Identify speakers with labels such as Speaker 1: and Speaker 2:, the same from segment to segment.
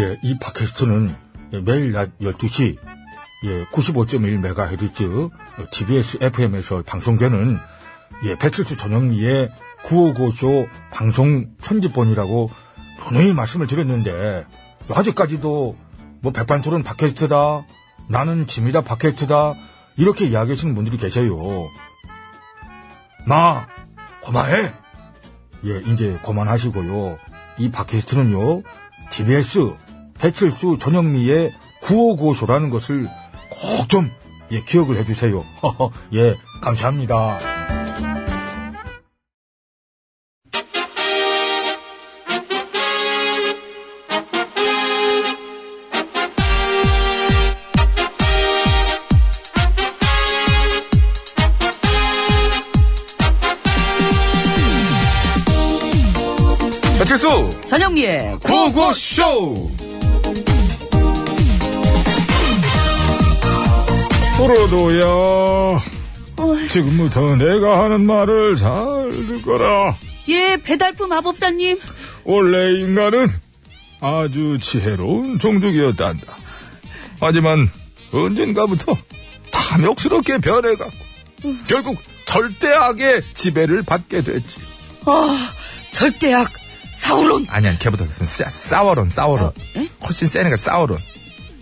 Speaker 1: 예, 이 팟캐스트는 매일 낮 12시 예, 95.1MHz TBS FM에서 방송되는 예, 배칠수 전영미의 955쇼 방송 편집본이라고 분명히 말씀을 드렸는데 아직까지도 뭐 백반토론 팟캐스트다 나는 짐이다 팟캐스트다 이렇게 이야기하시는 분들이 계세요. 마 고마해 예 이제 고만하시고요 이 팟캐스트는요 TBS 배칠수 전영미의 955쇼라는 것을 꼭 좀 예, 기억을 해주세요. 예 감사합니다.
Speaker 2: 배칠수
Speaker 1: 아.
Speaker 3: 전영미의
Speaker 2: 구호구쇼
Speaker 1: 프로도야 지금부터 내가 하는 말을 잘 듣거라
Speaker 3: 예 배달품 마법사님
Speaker 1: 원래 인간은 아주 지혜로운 종족이었단다 하지만 언젠가부터 탐욕스럽게 변해갔고 결국 절대악의 지배를 받게 됐지
Speaker 3: 아 절대악 사우론
Speaker 2: 아니야 걔보다 더 센 싸- 싸워론 싸워론
Speaker 3: 싸- 에?
Speaker 2: 훨씬 세니까 싸워론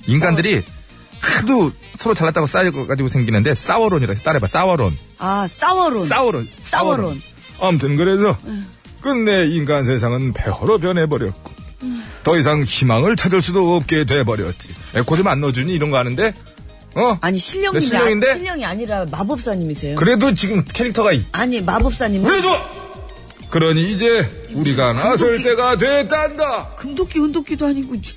Speaker 2: 인간들이 하도 서로 잘났다고 싸워가지고 생기는데 싸워론이라 해. 따라해봐 싸워론
Speaker 3: 아 사워론
Speaker 2: 싸워론
Speaker 3: 사워론
Speaker 1: 아무튼 그래서
Speaker 3: 네.
Speaker 1: 끝내 인간 세상은 폐허로 변해버렸고 더 이상 희망을 찾을 수도 없게 돼버렸지 에코 좀 안 넣어주니 이런 거 하는데 어?
Speaker 3: 아니 실령님이
Speaker 2: 네, 실령인데?
Speaker 3: 아, 실령이 아니라 마법사님이세요
Speaker 2: 그래도 지금 캐릭터가 이-
Speaker 3: 아니 마법사님
Speaker 2: 불려줘
Speaker 1: 그러니 이제 우리가
Speaker 3: 음.
Speaker 1: 나설 때가 됐단다.
Speaker 3: 금도끼 은도끼도 아니고 저-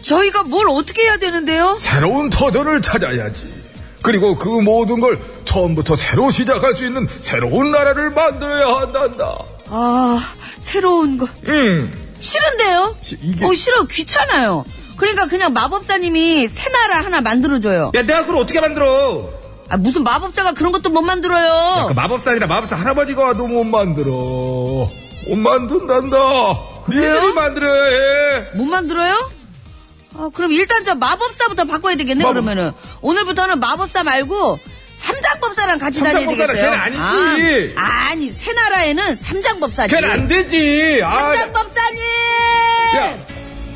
Speaker 3: 저희가 뭘 어떻게 해야 되는데요
Speaker 1: 새로운 터전을 찾아야지. 그리고 그 모든 걸 처음부터 새로 시작할 수 있는 새로운 나라를 만들어야 한단다.
Speaker 3: 아 새로운 거
Speaker 1: 음,
Speaker 3: 싫은데요
Speaker 1: 시- 이게-
Speaker 3: 어 싫어 귀찮아요 그러니까 그냥 마법사님이 새 나라 하나 만들어줘요
Speaker 2: 야 내가 그걸 어떻게 만들어
Speaker 3: 아 무슨 마법사가 그런 것도 못 만들어요
Speaker 2: 그 마법사 아니라 마법사 할아버지가
Speaker 1: 나도 못 만들어. 못 만든단다.
Speaker 3: 그래요?
Speaker 1: 니들이 만들어야 해.
Speaker 3: 못 만들어요? 아, 그럼 일단 저 마법사부터 바꿔야 되겠네,
Speaker 1: 마법-
Speaker 3: 그러면은. 오늘부터는 마법사 말고 삼장법사랑 같이 다녀야
Speaker 2: 삼장법사랑
Speaker 3: 되겠어요.
Speaker 2: 걔는 아니지.
Speaker 3: 아, 니새 나라에는 삼장법사지.
Speaker 2: 걔는 안 되지 아,
Speaker 3: 삼장법사님!
Speaker 2: 야,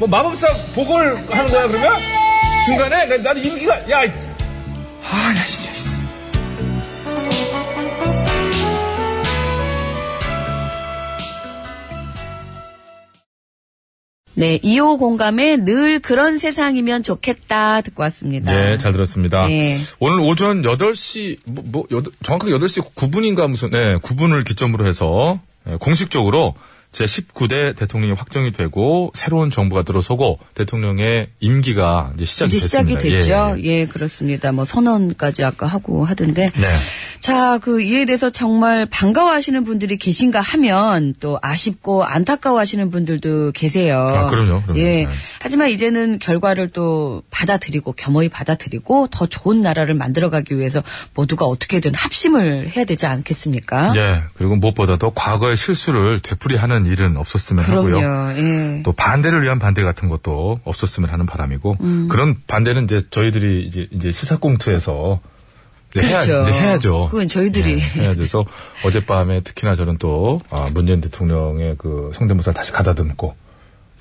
Speaker 2: 뭐 마법사 복을 하는 거야 그러면? 중간에 나- 나도 임기가 야, 이- 아, 나 진짜. 씨.
Speaker 3: 네, 2호 공감에 늘 그런 세상이면 좋겠다 듣고 왔습니다.
Speaker 2: 네, 잘 들었습니다.
Speaker 3: 네.
Speaker 2: 오늘 오전 8시, 뭐, 뭐, 여덟- 정확하게 8시 9분인가 무슨, 네, 9분을 기점으로 해서 예, 공식적으로 제19대 대통령이 확정이 되고 새로운 정부가 들어서고 대통령의 임기가 이제 시작이
Speaker 3: 이제 시작이
Speaker 2: 됐습니다.
Speaker 3: 됐죠.
Speaker 2: 예,
Speaker 3: 예, 그렇습니다. 뭐 선언까지 아까 하고 하던데.
Speaker 2: 네.
Speaker 3: 자, 그 이에 대해서 정말 반가워하시는 분들이 계신가 하면 또 아쉽고 안타까워하시는 분들도 계세요.
Speaker 2: 아, 그럼요, 그럼요.
Speaker 3: 예.
Speaker 2: 네.
Speaker 3: 하지만 이제는 결과를 또 받아들이고 겸허히 받아들이고 더 좋은 나라를 만들어가기 위해서 모두가 어떻게든 합심을 해야 되지 않겠습니까?
Speaker 2: 예. 예, 그리고 무엇보다도 과거의 실수를 되풀이하는 일은 없었으면
Speaker 3: 그럼요.
Speaker 2: 하고요.
Speaker 3: 예.
Speaker 2: 또 반대를 위한 반대 같은 것도 없었으면 하는 바람이고
Speaker 3: 음.
Speaker 2: 그런 반대는 이제 저희들이 이제, 이제 시사공투에서 이제, 해야,
Speaker 3: 그렇죠.
Speaker 2: 이제 해야죠.
Speaker 3: 그건 저희들이.
Speaker 2: 예, 해야 돼서 어젯밤에 특히나 저는 또 아, 문재인 대통령의 그 성대모사를 다시 가다듬고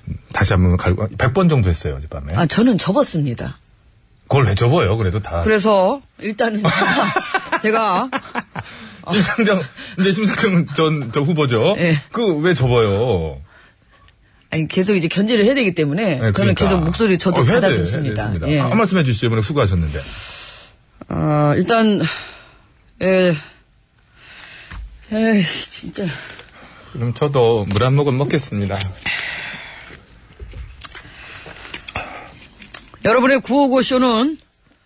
Speaker 2: 음, 다시 한번 갈고 100번 정도 했어요 어젯밤에.
Speaker 3: 아, 저는 접었습니다.
Speaker 2: 그걸 왜 접어요? 그래도 다.
Speaker 3: 그래서 일단은 제가, 제가
Speaker 2: 심상정 이제 심상정 전, 전 후보죠.
Speaker 3: 아. 예.
Speaker 2: 그 왜 접어요?
Speaker 3: 아니, 계속 이제 견제를 해야 되기 때문에
Speaker 2: 예,
Speaker 3: 저는
Speaker 2: 그러니까.
Speaker 3: 계속 목소리 저도
Speaker 2: 어, 해야 돼, 해야
Speaker 3: 받아듣습니다.
Speaker 2: 됐습니다.
Speaker 3: 예.
Speaker 2: 아, 한 말씀 해주시죠. 이번에 후보하셨는데.
Speaker 3: 아, 일단, 에, 에이, 진짜.
Speaker 2: 그럼 저도 물 한 모금 먹겠습니다.
Speaker 3: 여러분의 955쇼는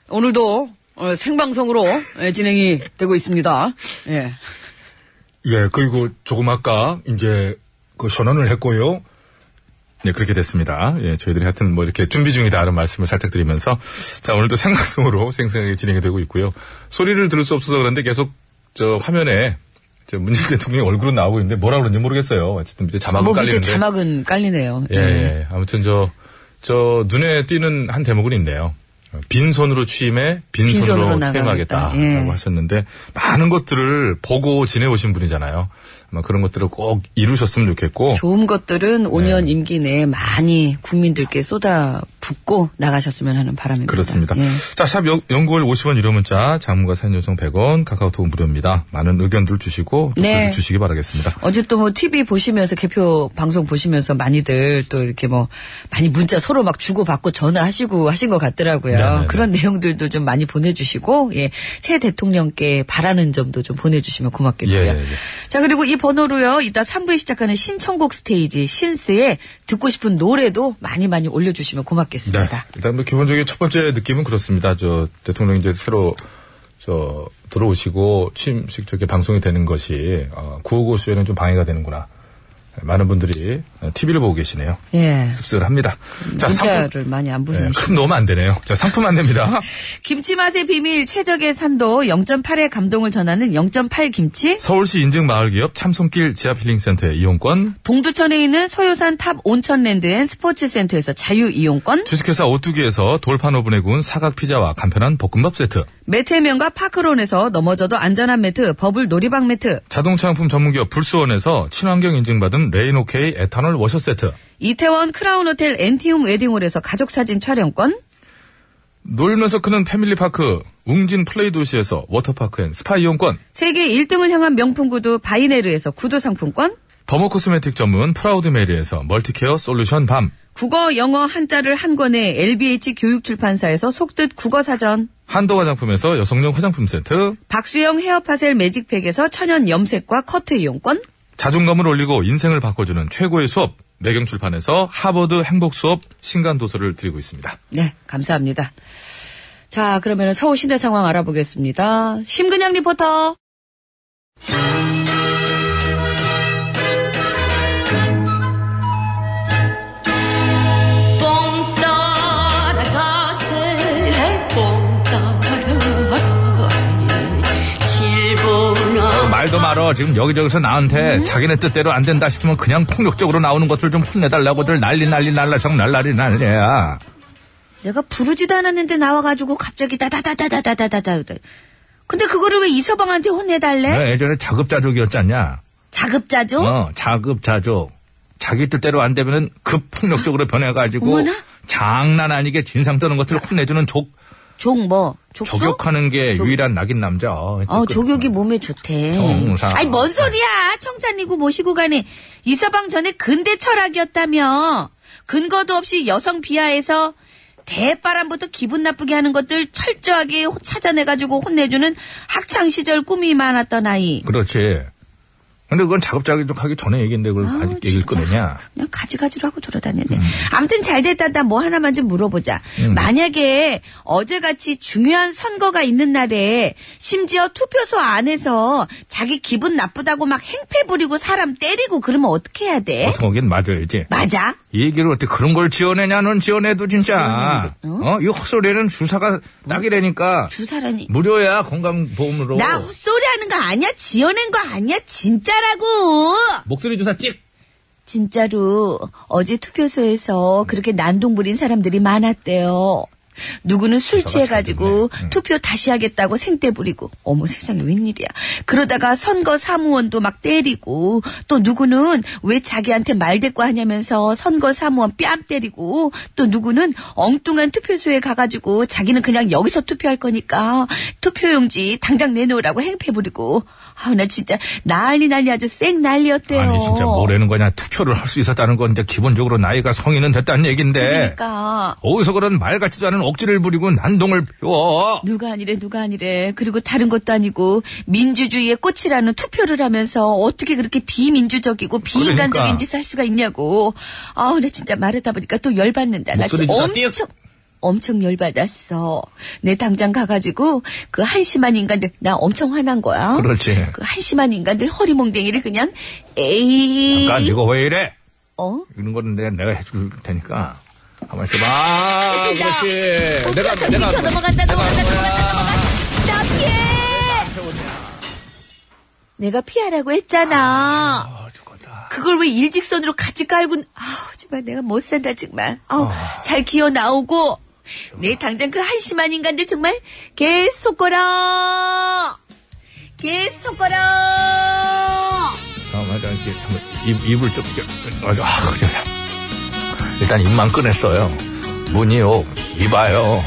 Speaker 3: 오늘도 어, 생방송으로 예, 진행이 되고 있습니다. 예.
Speaker 1: 예, 그리고 조금 아까 이제 그 선언을 했고요.
Speaker 2: 네, 그렇게 됐습니다. 예, 저희들이 하여튼 뭐 이렇게 준비 중이다 이런 말씀을 살짝 드리면서 자, 오늘도 생방송으로 생생하게 진행이 되고 있고요. 소리를 들을 수 없어서 그런데 계속 저 화면에 저 문재인 대통령 얼굴은 나오고 있는데 뭐라 그러는지 모르겠어요. 어쨌든 밑에 자막은
Speaker 3: 뭐 밑에
Speaker 2: 깔리는데.
Speaker 3: 자막은 깔리네요. 예.
Speaker 2: 예, 예. 아무튼 저 저 눈에 띄는 한 대목은 있네요. 빈손으로 취임해
Speaker 3: 빈손으로
Speaker 2: 빈손으로
Speaker 3: 나가겠다.
Speaker 2: 퇴임하겠다라고
Speaker 3: 예.
Speaker 2: 하셨는데 많은 것들을 보고 지내오신 분이잖아요. 아마 그런 것들을 꼭 이루셨으면 좋겠고
Speaker 3: 좋은 것들은 5년
Speaker 2: 예.
Speaker 3: 임기 내에 많이 국민들께 쏟아붓고 나가셨으면 하는 바람입니다.
Speaker 2: 그렇습니다.
Speaker 3: 예.
Speaker 2: 자, 샵 연- 연구월 50원 유료 문자, 장문과 사연 요청 100원, 카카오톡 무료입니다. 많은 의견들 주시고
Speaker 3: 네.
Speaker 2: 댓글 주시기 바라겠습니다.
Speaker 3: 어제 또 뭐 TV 보시면서 개표 방송 보시면서 많이들 또 이렇게 뭐 많이 문자 서로 막 주고 받고 전화하시고 하신 것 같더라고요.
Speaker 2: 네네네.
Speaker 3: 그런 내용들도 좀 많이 보내주시고 예 새 대통령께 바라는 점도 좀 보내주시면 고맙겠고요.
Speaker 2: 예, 예, 예.
Speaker 3: 자 그리고 이 번호로요 이따 3부에 시작하는 신청곡 스테이지 신스에 듣고 싶은 노래도 많이 많이 올려주시면
Speaker 2: 네.
Speaker 3: 고맙겠습니다.
Speaker 2: 일단 뭐 기본적인 첫 번째 느낌은 그렇습니다. 저 대통령 이제 새로 저 들어오시고 취임식 저게 방송이 되는 것이 어, 구호고수에는 좀 방해가 되는구나. 많은 분들이 TV를 보고 계시네요.
Speaker 3: 예.
Speaker 2: 씁쓸합니다. 자, 상품.
Speaker 3: 문자를 많이 안 보시네.
Speaker 2: 예, 큰 넣으면 안 되네요. 자, 상품 안 됩니다.
Speaker 3: 김치 맛의 비밀 최적의 산도 0.8의 감동을 전하는 0.8 김치
Speaker 2: 서울시 인증 마을기업 참손길 지하필링센터의 이용권,
Speaker 3: 동두천에 있는 소요산 탑 온천랜드 앤 스포츠센터에서 자유이용권,
Speaker 2: 주식회사 오뚜기에서 돌판 오븐에 구운 사각 피자와 간편한 볶음밥 세트,
Speaker 3: 매트면과 파크론에서 넘어져도 안전한 매트, 버블 놀이방 매트,
Speaker 2: 자동차 용품 전문기업 불수원에서 친환경 인증받은 레인오케이 에탄올 워셔 세트,
Speaker 3: 이태원 크라운호텔 엔티움 웨딩홀에서 가족사진 촬영권,
Speaker 2: 놀면서 크는 패밀리파크 웅진 플레이 도시에서 워터파크 앤 스파 이용권,
Speaker 3: 세계 1등을 향한 명품 구두 바이네르에서 구두 상품권,
Speaker 2: 더모코스메틱 전문 프라우드메리에서 멀티케어 솔루션 밤,
Speaker 3: 국어, 영어, 한자를 한 권에 LBH 교육출판사에서 속뜻 국어사전,
Speaker 2: 한도 화장품에서 여성용 화장품 세트,
Speaker 3: 박수영 헤어파셀 매직팩에서 천연 염색과 커트 이용권,
Speaker 2: 자존감을 올리고 인생을 바꿔주는 최고의 수업, 매경출판에서 하버드 행복 수업 신간 도서를 드리고 있습니다.
Speaker 3: 네, 감사합니다. 자, 그러면 서울 시내 상황 알아보겠습니다. 심근양 리포터.
Speaker 1: 뽕 따라가세 뽕 따라가세
Speaker 2: 아유,
Speaker 1: 질보나
Speaker 2: 말도 말어. 지금 여기저기서 나한테
Speaker 3: 음.
Speaker 2: 자기네 뜻대로 안 된다 싶으면 그냥 폭력적으로 나오는 것들 좀 혼내달라고들 난리 난리 날라 정 날라리 난리야.
Speaker 3: 내가 부르지도 않았는데 나와가지고 갑자기 다다다다다다다다. 근데 그거를 왜 이서방한테 혼내달래?
Speaker 1: 네.
Speaker 2: 내가 예전에 자급자족이었잖냐.
Speaker 3: 자급자족?
Speaker 2: 어, 자급자족. 자기 뜻대로 안 되면은 급 폭력적으로 변해가지고
Speaker 3: 어머나. 어?
Speaker 2: 장난 아니게 진상 떠는 것들을 혼내주는 족
Speaker 3: 족 뭐? 족소?
Speaker 2: 저격하는 게
Speaker 3: 족-
Speaker 2: 유일한 낙인 남자. 어,
Speaker 3: 어, 족욕이 몸에 좋대.
Speaker 2: 정상.
Speaker 3: 아니, 뭔 소리야. 청산이고 모시고 가니. 이서방 전에 근대 철학이었다며. 근거도 없이 여성 비하에서 대바람부터 기분 나쁘게 하는 것들 철저하게 호- 찾아내가지고 혼내주는 학창시절 꿈이 많았던 아이.
Speaker 2: 그렇지. 근데 그건 자급자족하기 전에 얘기인데 그걸
Speaker 3: 아우,
Speaker 2: 아직 얘기를
Speaker 3: 진짜.
Speaker 2: 꺼내냐?
Speaker 3: 그냥 가지가지로 하고 돌아다녔네. 암튼 잘 됐다. 뭐 하나만 좀 물어보자. 만약에 어제같이 중요한 선거가 있는 날에 심지어 투표소 안에서 자기 기분 나쁘다고 막 행패 부리고 사람 때리고 그러면 어떻게 해야 돼?
Speaker 2: 어떤 거긴 맞아야지.
Speaker 3: 맞아?
Speaker 2: 이 얘기를 어떻게 그런 걸 지어내냐는 지어내도 진짜.
Speaker 3: 지어내는
Speaker 2: 어? 이 헛소리는 주사가 딱이라니까.
Speaker 3: 주사라니.
Speaker 2: 무료야, 건강보험으로.
Speaker 1: 뭐?
Speaker 3: 나 헛소리 하는 거 아니야? 지어낸 거 아니야? 진짜라고!
Speaker 2: 목소리 주사 찍!
Speaker 3: 진짜로 어제 투표소에서 그렇게 난동 부린 사람들이 많았대요. 누구는 술
Speaker 2: 기사가 잘
Speaker 3: 취해가지고
Speaker 2: 됐네. 음.
Speaker 3: 투표 다시 하겠다고 생떼 부리고 어머 세상에 웬일이야. 그러다가 선거 사무원도 막 때리고 또 누구는 왜 자기한테 말대꾸 하냐면서 선거 사무원 뺨 때리고 또 누구는 엉뚱한 투표소에 가가지고 자기는 그냥 여기서 투표할 거니까 투표용지 당장 내놓으라고 행패 부리고 아우 나 진짜 난리 난리 아주 쌩 난리였대요.
Speaker 2: 아니, 진짜 뭐라는 거냐. 투표를 할 수 있었다는 건 이제 기본적으로 나이가 성인은 됐다는 얘긴데.
Speaker 3: 그러니까
Speaker 2: 어디서 그런 말 같지도 않은 억지를 부리고 난동을 피워.
Speaker 3: 누가 아니래 누가 아니래 그리고 다른 것도 아니고 민주주의의 꽃이라는 투표를 하면서 어떻게 그렇게 비민주적이고 비인간적인
Speaker 2: 그러니까.
Speaker 3: 짓을 할 수가 있냐고 아우 나 진짜 말하다 보니까 또 열받는다 나
Speaker 2: 목소리
Speaker 3: 진짜
Speaker 2: 주사
Speaker 3: 엄청 엄청 열받았어 내 당장 가가지고 그 한심한 인간들 나 엄청 화난 거야
Speaker 2: 그렇지.
Speaker 3: 그 한심한 인간들 허리몽댕이를 그냥 에이
Speaker 2: 잠깐, 이거 아, 왜 이래?
Speaker 3: 어?
Speaker 2: 이런 거는 내가, 내가 해줄 테니까. 가만
Speaker 1: 아,
Speaker 2: 있어봐.
Speaker 3: 나-
Speaker 2: 아, 그렇지.
Speaker 3: 내가
Speaker 2: 내가, 내가.
Speaker 3: 넘어간다 넘어간다 넘어간다 넘어간다 나 피해 내가 피하라고 했잖아
Speaker 2: 아, 죽겠다.
Speaker 3: 그걸 왜 일직선으로 같이 깔고 아우
Speaker 4: 하지만 내가 못 산다 정말. 아우, 잘 기어 나오고 내 당장 그 한심한 인간들 정말 계속 거라. 계속 거라.
Speaker 2: 다음 하자 이렇게 한번 입, 입을 좀 이렇게- 아, 아, 그래, 그래. 일단 입만 꺼냈어요. 문이요, 이봐요.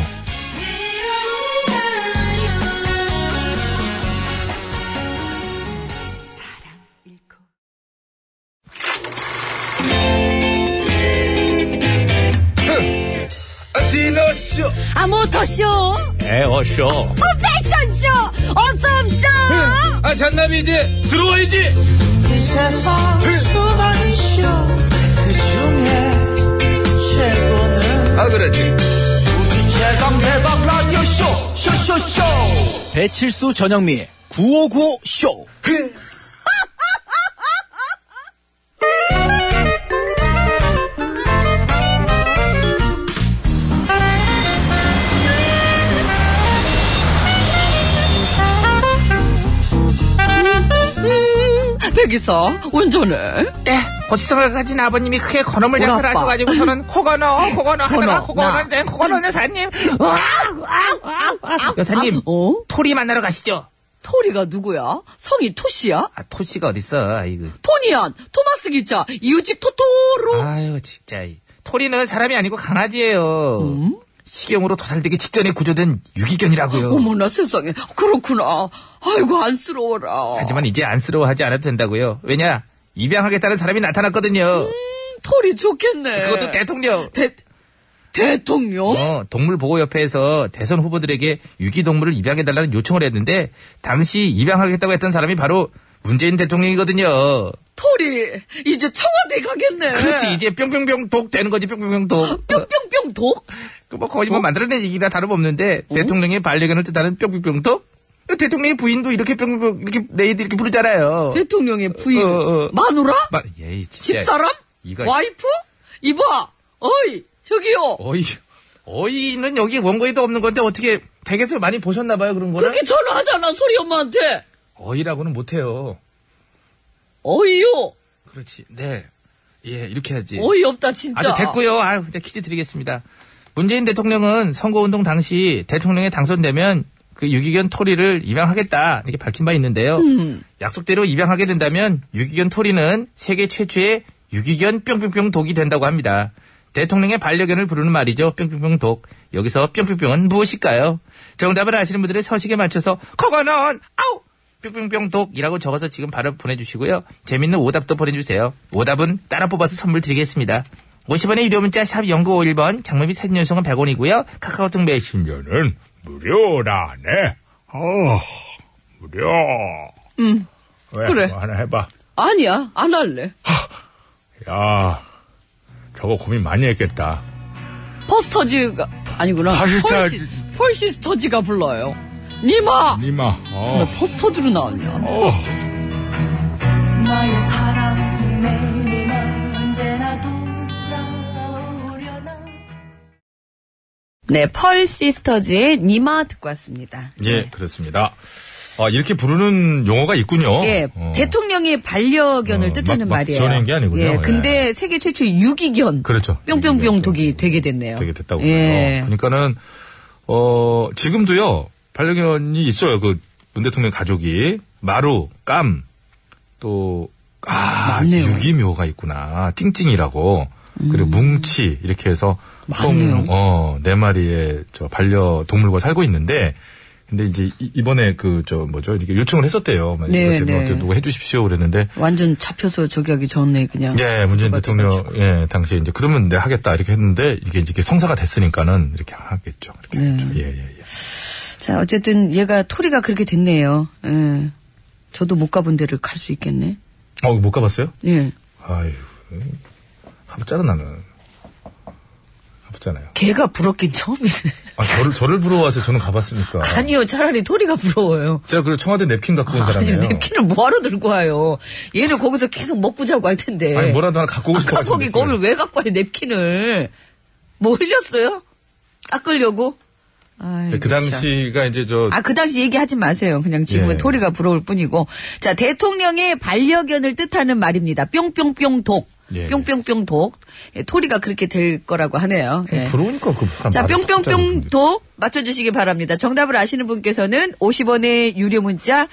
Speaker 5: 디너쇼!
Speaker 4: 아 모터쇼,
Speaker 2: 네, 에어쇼.
Speaker 4: 패션쇼, 어썸쇼.
Speaker 5: 아, 잔나비 이제
Speaker 2: 들어와야지.
Speaker 6: 이 세상 수많은 쇼그 중에 최고는
Speaker 5: 아 그렇지.
Speaker 6: 우주 최강 대박 라디오 쇼 쇼쇼쇼 배칠수 전영미 9595 쇼.
Speaker 3: 네. 백이사 운전해
Speaker 1: 네, 고시성을 가진 아버님이 크게 건어물
Speaker 3: 우리
Speaker 1: 장사를
Speaker 3: 아빠.
Speaker 1: 하셔가지고 저는 코건어, 코건어 하더라,
Speaker 3: 건어, 나.
Speaker 1: 코건어, 네, 코건어 여사님. 으악, 으악, 으악, 으악. 여사님,
Speaker 3: 어?
Speaker 1: 토리 만나러 가시죠.
Speaker 3: 토리가 누구야? 성이 토시야?
Speaker 1: 아, 토씨가 어딨어, 이거.
Speaker 3: 토니안 토마스 기자 이웃집 토토로
Speaker 1: 아유, 진짜. 음? 토리는 사람이 아니고 강아지예요. 식용으로 도살되기 직전에 구조된 유기견이라고요.
Speaker 3: 어머나 세상에 그렇구나 아이고 안쓰러워라
Speaker 1: 하지만 이제 안쓰러워하지 않아도 된다고요. 왜냐, 입양하겠다는 사람이 나타났거든요.
Speaker 3: 토리 좋겠네
Speaker 1: 그것도 대통령.
Speaker 3: 대, 대통령?
Speaker 1: 어, 동물보호협회에서 대선 후보들에게 유기동물을 입양해달라는 요청을 했는데 당시 입양하겠다고 했던 사람이 바로 문재인 대통령이거든요.
Speaker 3: 토리 이제 청와대 가겠네
Speaker 1: 그렇지 이제 뿅뿅뿅 독 되는 거지 뿅뿅뿅 독.
Speaker 3: 뿅뿅뿅 독?
Speaker 1: 그 뭐 거의 뭐 만들어낸 얘기라 다름없는데 대통령의 반려견을 뜻하는 뿅뿅뿅 독. 대통령의 부인도 이렇게 뿅뿅뿅 이렇게 레이드 이렇게 부르잖아요.
Speaker 3: 대통령의 부인
Speaker 1: 어, 어, 어.
Speaker 3: 마누라?
Speaker 1: 마, 예이 진짜.
Speaker 3: 집사람?
Speaker 1: 이거-
Speaker 3: 와이프? 이봐 어이 저기요
Speaker 1: 어이 어이는 여기 원고에도 없는 건데 어떻게 댁에서 많이 보셨나 봐요 그런 거를.
Speaker 3: 그렇게 전화하잖아 소리 엄마한테
Speaker 1: 어이라고는 못해요.
Speaker 3: 어이요
Speaker 1: 그렇지. 네. 예, 이렇게 해야지.
Speaker 3: 어이없다 진짜
Speaker 1: 아주 됐고요. 아유, 이제 퀴즈 드리겠습니다. 문재인 대통령은 선거운동 당시 대통령에 당선되면 그 유기견 토리를 입양하겠다 이렇게 밝힌 바 있는데요. 약속대로 입양하게 된다면 유기견 토리는 세계 최초의 유기견 뿅뿅뿅 독이 된다고 합니다. 대통령의 반려견을 부르는 말이죠. 뿅뿅뿅 독. 여기서 뿅뿅뿅은 무엇일까요? 정답을 아시는 분들의 서식에 맞춰서 그거는 아우 뿅뿅뿅 독이라고 적어서 지금 바로 보내주시고요. 재밌는 오답도 보내주세요. 오답은 따라 뽑아서 선물 드리겠습니다. 50원의 유료 문자 샵 0951번 장모비 사진 연속은 100원이고요. 카카오톡 메신저
Speaker 2: 신년은 무료라네. 어, 무료. 응. 왜,
Speaker 3: 음. 그래.
Speaker 2: 뭐 하나 해봐.
Speaker 3: 아니야, 안 할래.
Speaker 2: 야, 저거 고민 많이 했겠다.
Speaker 3: 버스터즈가 아니구나.
Speaker 2: 다시스타-
Speaker 3: 폴시, 폴시스터즈가 불러요. 니마.
Speaker 2: 니마,
Speaker 3: 나
Speaker 2: 어,
Speaker 3: 버스터즈로 나왔냐?
Speaker 2: 어.
Speaker 7: 나의 사랑 내일이면 언제나 돌아오려나
Speaker 4: 네, 펄 시스터즈의 니마 듣고 왔습니다.
Speaker 2: 예, 그렇습니다. 아, 이렇게 부르는 용어가 있군요.
Speaker 4: 예,
Speaker 2: 어.
Speaker 4: 대통령의 반려견을
Speaker 2: 어,
Speaker 4: 뜻하는
Speaker 2: 막- 막
Speaker 4: 말이에요.
Speaker 2: 지어낸 게 아니군요.
Speaker 4: 예,
Speaker 2: 예.
Speaker 4: 근데 세계 최초의 유기견.
Speaker 2: 그렇죠.
Speaker 4: 뿅뿅뿅
Speaker 2: 유기견
Speaker 4: 독이 되게 됐네요.
Speaker 2: 되게 됐다고 그래요.
Speaker 4: 예.
Speaker 2: 그러니까는 어 지금도요 반려견이 있어요. 그 문 대통령 가족이 마루, 깜, 또아
Speaker 3: 많네요. 음.
Speaker 2: 유기묘가 있구나. 찡찡이라고 그리고 뭉치 이렇게 해서
Speaker 3: 많네요.
Speaker 2: 총어네 마리의 저 반려 동물과 살고 있는데. 근데 이제 이- 이번에 그 저 뭐죠 이렇게 요청을 했었대요. 막
Speaker 3: 네,
Speaker 2: 이렇게 뭐
Speaker 3: 네.
Speaker 2: 어떻게 누가 해주십시오 그랬는데
Speaker 3: 완전 잡혀서 저기 하기 전에 그냥.
Speaker 2: 예, 문재인
Speaker 3: 누가
Speaker 2: 대통령,
Speaker 3: 돼가지고.
Speaker 2: 예, 당시에 이제 그러면 내 하겠다 이렇게 했는데 이게 이제 이게 성사가 됐으니까는 이렇게 하겠죠. 이렇게
Speaker 3: 네.
Speaker 2: 하겠죠. 예, 예, 예.
Speaker 3: 자, 어쨌든 얘가 토리가 그렇게 됐네요. 예. 저도 못 가본 데를 갈 수 있겠네.
Speaker 2: 어, 못 가봤어요?
Speaker 3: 예.
Speaker 2: 아유, 가봤잖아, 나는. 가봤잖아요.
Speaker 3: 걔가 부럽긴 처음이네.
Speaker 2: 아, 저를, 저를 부러워하세요. 저는 가봤으니까.
Speaker 3: 아니요, 차라리 토리가 부러워요.
Speaker 2: 제가 그 청와대 냅킨 갖고 온
Speaker 3: 아니,
Speaker 2: 사람이에요.
Speaker 3: 냅킨을 뭐하러 들고 와요? 얘는 거기서 계속 먹고 자고 할 텐데.
Speaker 2: 아니, 뭐라도 하나 갖고 오고 싶어.
Speaker 3: 아까 거기 거기를 왜 갖고 와요 냅킨을 뭐 흘렸어요? 닦으려고?
Speaker 4: 아이고,
Speaker 2: 그
Speaker 3: 그렇죠.
Speaker 4: 참.
Speaker 2: 당시가 이제 저,
Speaker 4: 아, 그 당시 얘기하지 마세요. 그냥 지금은
Speaker 2: 예.
Speaker 4: 토리가 부러울 뿐이고. 자, 대통령의 반려견을 뜻하는 말입니다. 뿅뿅뿅 독.
Speaker 2: 예.
Speaker 3: 뿅뿅뿅 독. 예, 토리가 그렇게 될 거라고 하네요. 예.
Speaker 2: 그러니까 그 사람
Speaker 3: 자,
Speaker 2: 말을 깜짝
Speaker 3: 뿅뿅뿅
Speaker 2: 놀랐는데.
Speaker 3: 독 맞춰주시기 바랍니다. 정답을 아시는 분께서는 50원의 유료 문자,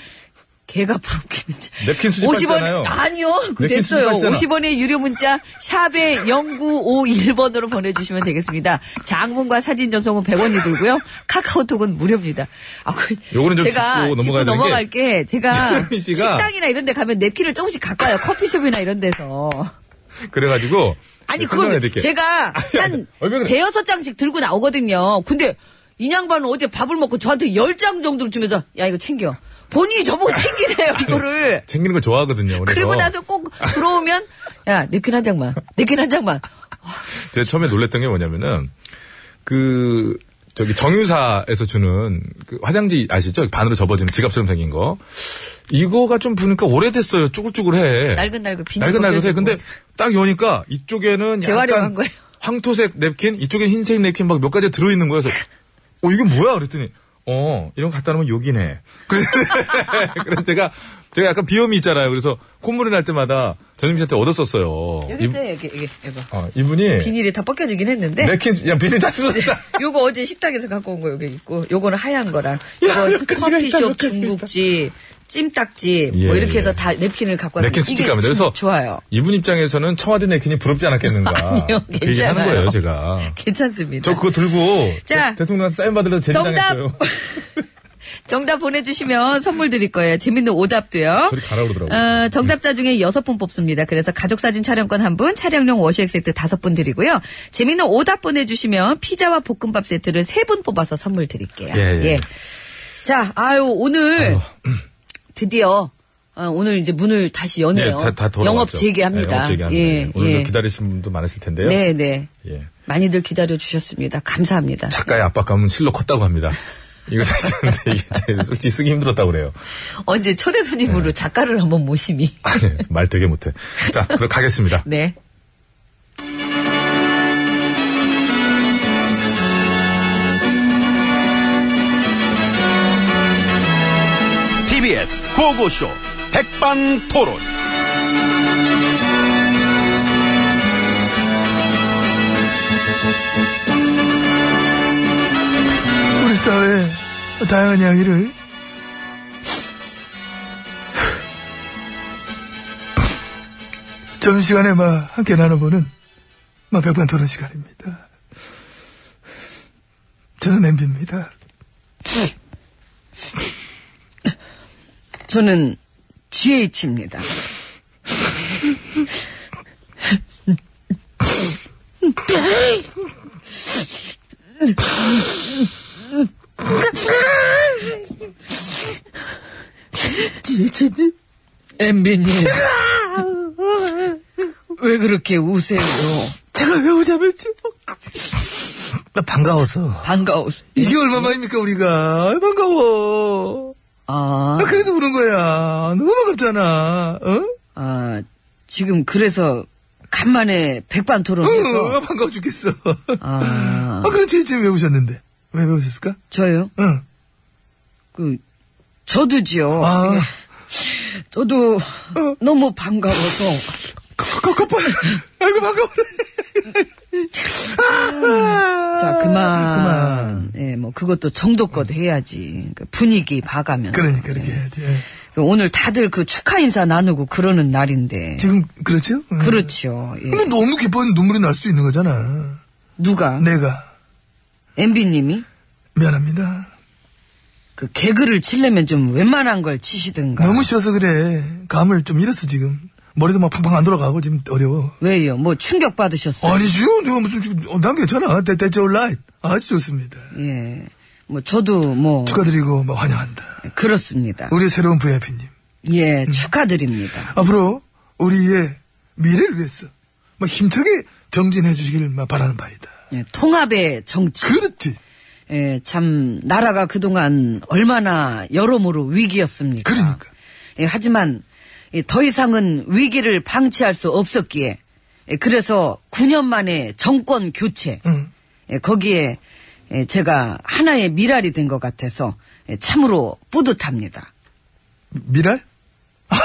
Speaker 3: 개가 부럽게 문자.
Speaker 2: 냅킨 수집
Speaker 3: 50원
Speaker 2: 하시잖아요.
Speaker 3: 아니요. 그
Speaker 2: 냅킨 수집
Speaker 3: 됐어요.
Speaker 2: 하시잖아.
Speaker 3: 50원의 유료 문자 샵에 0951번으로 보내주시면 되겠습니다. 장문과 사진 전송은 100원이 들고요. 카카오톡은 무료입니다. 아, 그
Speaker 2: 요거는 좀
Speaker 3: 제가
Speaker 2: 짚고
Speaker 3: 짚고
Speaker 2: 넘어가야 되는
Speaker 3: 넘어갈 게, 제가
Speaker 2: 최현미 씨가-
Speaker 3: 식당이나 이런 데 가면 냅킨을 조금씩 갖고 와요. 커피숍이나 이런 데서.
Speaker 2: 그래가지고
Speaker 3: 아니
Speaker 2: 제가 설명해
Speaker 3: 그걸
Speaker 2: 드릴게요.
Speaker 3: 제가 한
Speaker 2: 아니, 왜 그래?
Speaker 3: 대여섯 장씩 들고 나오거든요. 근데 이 양반은 어제 밥을 먹고 저한테 열 장 정도를 주면서 야 이거 챙겨. 본인이 저보고 챙기래요 이거를.
Speaker 2: 챙기는 걸 좋아하거든요. 그래서
Speaker 3: 그리고 나서 꼭 들어오면 야 냅킨 한 장만, 냅킨 한 장만.
Speaker 2: 제가 처음에 놀랬던 게 뭐냐면은 그 저기 정유사에서 주는 그 화장지 아시죠? 반으로 접어지는 지갑처럼 생긴 거. 이거가 좀 보니까 오래됐어요.
Speaker 3: 네.
Speaker 2: 쭈글쭈글해.
Speaker 3: 날근날근 비닐
Speaker 2: 날근날근해.
Speaker 3: 벗겨지고.
Speaker 2: 근데 딱 여니까 이쪽에는
Speaker 3: 재활용한
Speaker 2: 약간
Speaker 3: 거예요.
Speaker 2: 황토색 냅킨, 이쪽에 흰색 냅킨 막 몇 가지 들어있는 거여서 어 이게 뭐야? 그랬더니 어 이런 거 갖다 놓으면 욕이네. 그래서, 그래서 제가 제가 약간 비염이 있잖아요. 그래서 콧물이 날 때마다 전임 씨한테 얻었었어요.
Speaker 3: 여기 있어요 여기 여기 이거.
Speaker 2: 아, 이분이
Speaker 3: 비닐이 다 벗겨지긴 했는데.
Speaker 2: 냅킨 야 비닐 다 뜯었다.
Speaker 3: 요거 어제 식당에서 갖고 온 거 여기 있고 요거는 하얀 거랑 요거 커피숍 중국집 찜닭집 뭐
Speaker 2: 예,
Speaker 3: 이렇게
Speaker 2: 예.
Speaker 3: 해서 다 냅킨을 갖고 왔는데
Speaker 2: 냅킨 수집 갑니다. 그래서
Speaker 3: 좋아요.
Speaker 2: 이분 입장에서는 청와대 냅킨이 부럽지 않았겠는가.
Speaker 3: 아니요,
Speaker 2: 그 얘기 하는
Speaker 3: 괜찮아요.
Speaker 2: 거예요, 제가.
Speaker 3: 괜찮습니다.
Speaker 2: 저 그거 들고
Speaker 3: 자,
Speaker 2: 대, 통령한테 사인 받으려고 제지당했어요.
Speaker 3: 정답. 정답 보내주시면 선물 드릴 거예요. 재밌는 오답도요.
Speaker 2: 저리 가라 그러더라고요.
Speaker 3: 어, 정답자 중에 여섯 분 뽑습니다. 그래서 가족사진 촬영권 한 분, 차량용 워시액 세트 다섯 분 드리고요. 재밌는 오답 보내주시면 피자와 볶음밥 세트를 세 분 뽑아서 선물 드릴게요.
Speaker 2: 예, 예.
Speaker 3: 자, 아유, 오늘 드디어 어, 오늘 이제 문을 다시
Speaker 2: 예,
Speaker 3: 여네요.
Speaker 2: 다, 다 돌아왔죠.
Speaker 3: 영업 재개합니다.
Speaker 2: 네, 영업 재개합니다. 예, 오늘도 기다리신 분도 많으실 텐데요.
Speaker 3: 네, 네.
Speaker 2: 예.
Speaker 3: 많이들 기다려 주셨습니다. 감사합니다.
Speaker 2: 작가의 압박감은 실로 컸다고 합니다. 이거 사실 근데 이게 솔직히 쓰기 힘들었다고 그래요.
Speaker 3: 언제 초대 손님으로 작가를 한번 모심이.
Speaker 2: 아니, 말 되게 못해. 자, 그럼 가겠습니다.
Speaker 3: 네.
Speaker 6: TBS 고고쇼 백반토론.
Speaker 8: 우리 사회의 다양한 이야기를 점심시간에 막 함께 나눠보는 막 백반 토론 시간입니다. 저는 엠비입니다.
Speaker 3: 저는 GH입니다. GH는? MB님. 왜 그렇게 우세요?
Speaker 8: 제가 왜 오자면 나 반가워서.
Speaker 3: 반가워서.
Speaker 8: 이게 얼마 만입니까, 우리가? 아이, 반가워.
Speaker 3: 아,
Speaker 8: 나 그래서 우는 거야. 너무 반갑잖아. 어?
Speaker 3: 아, 지금 그래서 간만에 백반
Speaker 8: 응, 아,
Speaker 3: 토론에서.
Speaker 8: 반가워 죽겠어.
Speaker 3: 아,
Speaker 8: 아, 그럼 제 지금 왜 오셨는데? 왜, 왜 오셨을까? 어.
Speaker 3: 저요?
Speaker 8: 응.
Speaker 3: 그, 저도지요.
Speaker 8: 아,
Speaker 3: 저도 너무 반가워서.
Speaker 8: 커커커커 아이고, 반가워라. 아,
Speaker 3: 자, 그만. 예, 뭐, 그것도 정도껏 해야지. 그 분위기 봐가면.
Speaker 8: 그러니까, 이렇게 해야지. 예.
Speaker 3: 그 오늘 다들 그 축하 인사 나누고 그러는 날인데.
Speaker 8: 지금, 그렇죠? 응.
Speaker 3: 그렇죠. 예.
Speaker 8: 근데 너무 기뻐하면 눈물이 날 수도 있는 거잖아.
Speaker 3: 누가?
Speaker 8: 내가.
Speaker 3: MB님이?
Speaker 8: 미안합니다.
Speaker 3: 그 개그를 치려면 좀 웬만한 걸 치시든가.
Speaker 8: 너무 쉬어서 그래. 감을 좀 잃었어, 지금. 머리도 막 팡팡 안 돌아가고, 지금 어려워.
Speaker 3: 왜요? 뭐 충격 받으셨어요?
Speaker 8: 아니지요? 내가 무슨, 지금, 어, 난 괜찮아. 대, 대체 온라인. 아주 좋습니다.
Speaker 3: 예. 뭐 저도 뭐
Speaker 8: 축하드리고, 막 환영한다.
Speaker 3: 그렇습니다.
Speaker 8: 우리 새로운 VIP님.
Speaker 3: 예, 축하드립니다.
Speaker 8: 앞으로 우리의 미래를 위해서 막 힘차게 정진해 주시길 막 바라는 바이다.
Speaker 3: 예, 통합의 정치.
Speaker 8: 그렇지.
Speaker 3: 예, 참 나라가 그동안 얼마나 여러모로 위기였습니까?
Speaker 8: 그러니까.
Speaker 3: 예, 하지만 예, 더 이상은 위기를 방치할 수 없었기에 예, 그래서 9년 만에 정권 교체
Speaker 8: 응.
Speaker 3: 예, 거기에 예, 제가 하나의 미랄이 된 것 같아서 예, 참으로 뿌듯합니다.
Speaker 8: 미랄? 아,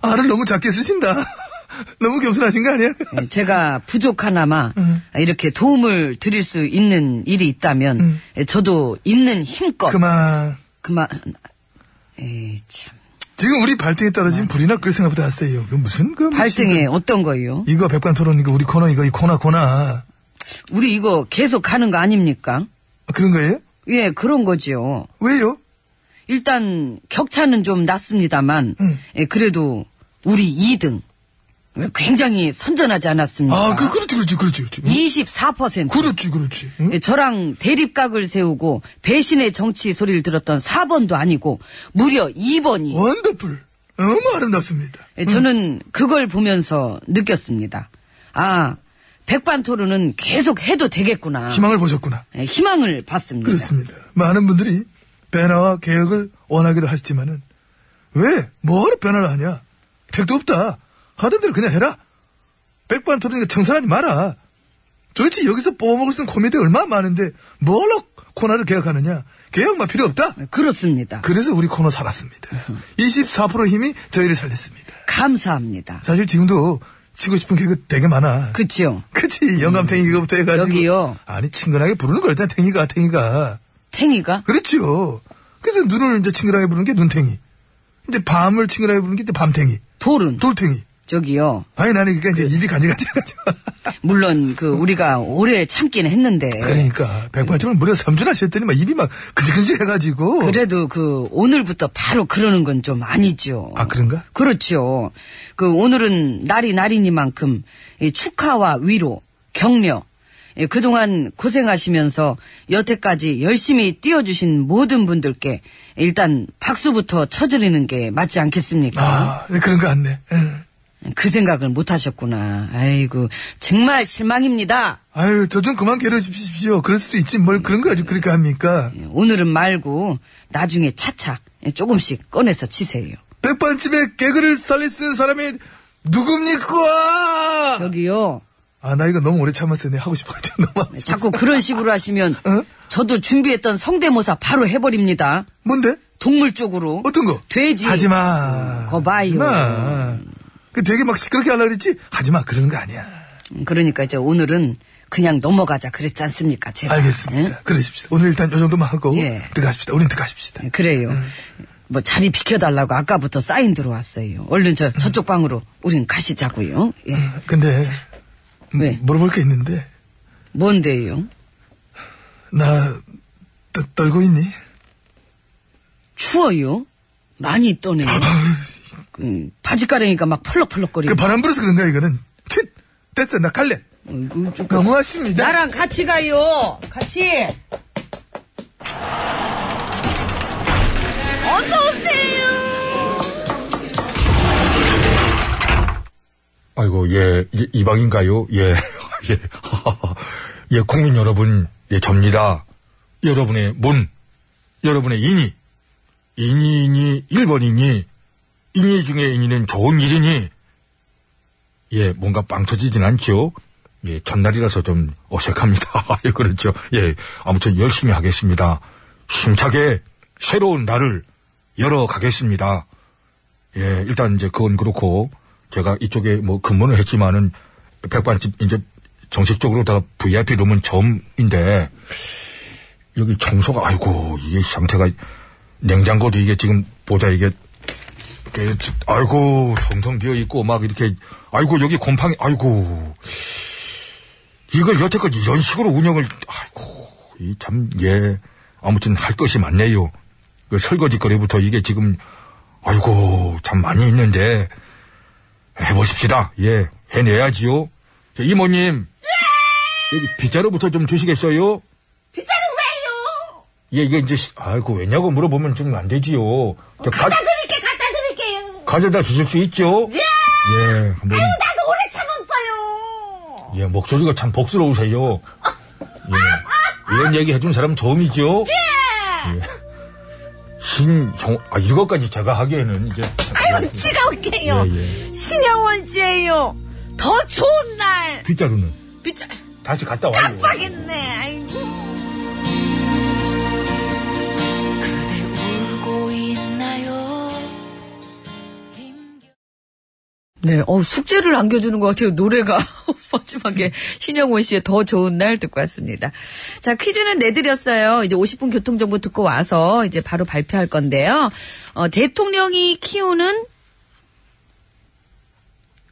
Speaker 8: 알을 너무 작게 쓰신다. 너무 겸손하신 거 아니야?
Speaker 3: 예, 제가 부족하나마
Speaker 8: 음.
Speaker 3: 이렇게 도움을 드릴 수 있는 일이 있다면 예, 저도 있는 힘껏
Speaker 8: 음. 그만.
Speaker 3: 그만 에이 참
Speaker 8: 지금 우리 발등에 떨어진 불이나 끌 생각보다 안 세요. 그 무슨 그 무슨
Speaker 3: 네. 발등에 어떤 거요?
Speaker 8: 이거 백반 토론 이거 우리 코너 이거 이 코너 코너 아,
Speaker 3: 우리 이거 계속 가는 거 아닙니까?
Speaker 8: 그런 거예요?
Speaker 3: 예 그런 거지요.
Speaker 8: 왜요?
Speaker 3: 일단 격차는 좀 났습니다만
Speaker 8: 음.
Speaker 3: 예, 그래도 우리 2등 굉장히 선전하지 않았습니까?
Speaker 8: 아, 그 그렇지 그렇지 그렇지 그렇지.
Speaker 3: 24%
Speaker 8: 그렇지 그렇지. 응?
Speaker 3: 예, 저랑 대립각을 세우고 배신의 정치 소리를 들었던 4번도 아니고 무려 2번이
Speaker 8: 원더풀. 너무 아름답습니다.
Speaker 3: 예, 저는 그걸 보면서 느꼈습니다. 아 백반 토론은 계속 해도 되겠구나.
Speaker 8: 희망을 보셨구나.
Speaker 3: 예, 희망을 봤습니다.
Speaker 8: 그렇습니다. 많은 분들이 변화와 개혁을 원하기도 하시지만은 왜 뭐하러 변화를 하냐? 택도 없다. 하던 대로 그냥 해라. 백반 토론이니까 청산하지 마라. 도대체 여기서 뽑아먹을 수 있는 코미디 얼마나 많은데 뭘로 코너를 개혁하느냐? 개혁만 필요 없다.
Speaker 3: 예, 그렇습니다.
Speaker 8: 그래서 우리 코너 살았습니다. 24% 힘이 저희를 살렸습니다.
Speaker 3: 감사합니다.
Speaker 8: 사실 지금도 치고 싶은 개그 되게 많아.
Speaker 3: 그치요. 음.
Speaker 8: 그치 영감탱이 이거부터 해가지고
Speaker 3: 여기요.
Speaker 8: 아니 친근하게 부르는 거잖아 탱이가 탱이가
Speaker 3: 탱이가
Speaker 8: 그렇지요 그래서 눈을 이제 친근하게 부르는 게 눈탱이 이제 밤을 친근하게 부르는 게 이제 밤탱이
Speaker 3: 돌은
Speaker 8: 돌탱이
Speaker 3: 저기요.
Speaker 8: 아니 나는 그러니까 이제 입이 간질간질하죠
Speaker 3: 물론 그 우리가 오래 참긴 했는데
Speaker 8: 그러니까 108점을 무려 3주 하셨더니 막 입이 막 근질근질 해가지고
Speaker 3: 그래도 그 오늘부터 바로 그러는 건 좀 아니죠.
Speaker 8: 아 그런가?
Speaker 3: 그렇죠. 그 오늘은 날이 날이니만큼 이 축하와 위로, 격려, 예, 그동안 고생하시면서 여태까지 열심히 뛰어주신 모든 분들께 일단 박수부터 쳐드리는 게 맞지 않겠습니까?
Speaker 8: 아 네, 그런 거 같네 예.
Speaker 3: 그 생각을 못 하셨구나. 아이고 정말 실망입니다.
Speaker 8: 아유 저 좀 그만 괴로우십시오 그럴 수도 있지 뭘 그런 거 아주 그렇게 합니까
Speaker 3: 예, 오늘은 말고 나중에 차차 예, 조금씩 꺼내서 치세요.
Speaker 8: 백반집에 개그를 살릴 수 있는 사람이 누굽니까?
Speaker 3: 여기요. 예,
Speaker 8: 아, 나 이거 너무 오래 참았으니 하고 싶어가지고 너무. 하고 싶었어.
Speaker 3: 자꾸 그런 식으로 하시면
Speaker 8: 어?
Speaker 3: 저도 준비했던 성대모사 바로 해버립니다.
Speaker 8: 뭔데?
Speaker 3: 동물 쪽으로.
Speaker 8: 어떤 거?
Speaker 3: 돼지. 음,
Speaker 8: 하지마.
Speaker 3: 거 봐요.
Speaker 8: 하지마. 그 되게 막 시끄럽게 하려고 그랬지? 하지마. 그러는 거 아니야.
Speaker 3: 음, 그러니까 이제 오늘은 그냥 넘어가자 그랬지 않습니까? 제가.
Speaker 8: 알겠습니다. 그러십시다. 오늘 일단 요 정도만 하고.
Speaker 3: 예.
Speaker 8: 들어가십시다. 우린 들어가십시다.
Speaker 3: 예? 그래요.
Speaker 8: 네.
Speaker 3: 뭐 자리 비켜달라고 아까부터 사인 들어왔어요. 얼른 저,
Speaker 8: 네.
Speaker 3: 저쪽 방으로 우린 가시자고요. 예.
Speaker 8: 근데. 음,
Speaker 3: 왜?
Speaker 8: 물어볼 게 있는데.
Speaker 3: 뭔데요?
Speaker 8: 나, 떠- 떨고 있니?
Speaker 3: 예. 추워요? 많이 떠네요.
Speaker 8: 아,
Speaker 3: 음, 바지가랑이가 막 펄럭펄럭거리고.
Speaker 8: 그 바람 불어서 그런가, 이거는? 틉! 됐어. 나 갈래.
Speaker 3: 아이고, 음, 좀-
Speaker 8: 그 너무하십니다.
Speaker 3: 뭐? 나랑 같이 가요. 같이.
Speaker 2: 아이고, 예, 이- 이방인가요? 예, 예, 예, 국민 여러분, 예, 접니다. 여러분의 문, 여러분의 인이, 인이니, 일본이니, 인이 중에 인이는 좋은 일이니, 예, 뭔가 빵 터지진 않죠? 예, 첫날이라서 좀 어색합니다. 예, 그렇죠. 예, 아무튼 열심히 하겠습니다. 힘차게 새로운 날을 열어가겠습니다. 예, 일단 이제 그건 그렇고 제가 이쪽에 뭐 근무를 했지만은 백반집 이제 정식적으로 다 VIP 룸은 처음인데 여기 청소가 아이고 이게 상태가 냉장고도 이게 지금 보자 이게 이렇게 아이고 텅텅 비어 있고 막 이렇게 아이고 여기 곰팡이 아이고 이걸 여태껏 이런 식으로 운영을 아이고 이 참 예 아무튼 할 것이 많네요. 그 설거지 거리부터 이게 지금 아이고 참 많이 있는데 해보십시다. 예 해내야지요. 저 이모님 여기 빗자루부터 좀 주시겠어요? 빗자루 왜요? 예 이거 이제 시- 아이고 왜냐고 물어보면 좀 안 되지요. 저 가,
Speaker 1: 드릴게 갖다 드릴게요.
Speaker 2: 가져다 주실 수 있죠? 예. 한번
Speaker 1: 나도 오래 참았어요.
Speaker 2: 예 목소리가 참 복스러우세요. 예. 이런 얘기 해준 사람 처음이죠? 예. 신형 아 이것까지 제가 하기에는 이제
Speaker 1: 아유 지가 올게요.
Speaker 2: 예,
Speaker 8: 네.
Speaker 2: 예.
Speaker 1: 신영월제예요. 더 좋은 날.
Speaker 2: 빗자루는
Speaker 1: 비짜
Speaker 2: 다시 갔다 와요.
Speaker 1: 깜빡했네. 아이고.
Speaker 3: 네, 어, 숙제를 안겨주는 것 같아요. 노래가 마지막에 신영원 씨의 더 좋은 날 듣고 왔습니다. 자, 퀴즈는 내드렸어요. 이제 50분 교통정보 듣고 와서 이제 바로 발표할 건데요. 어, 대통령이 키우는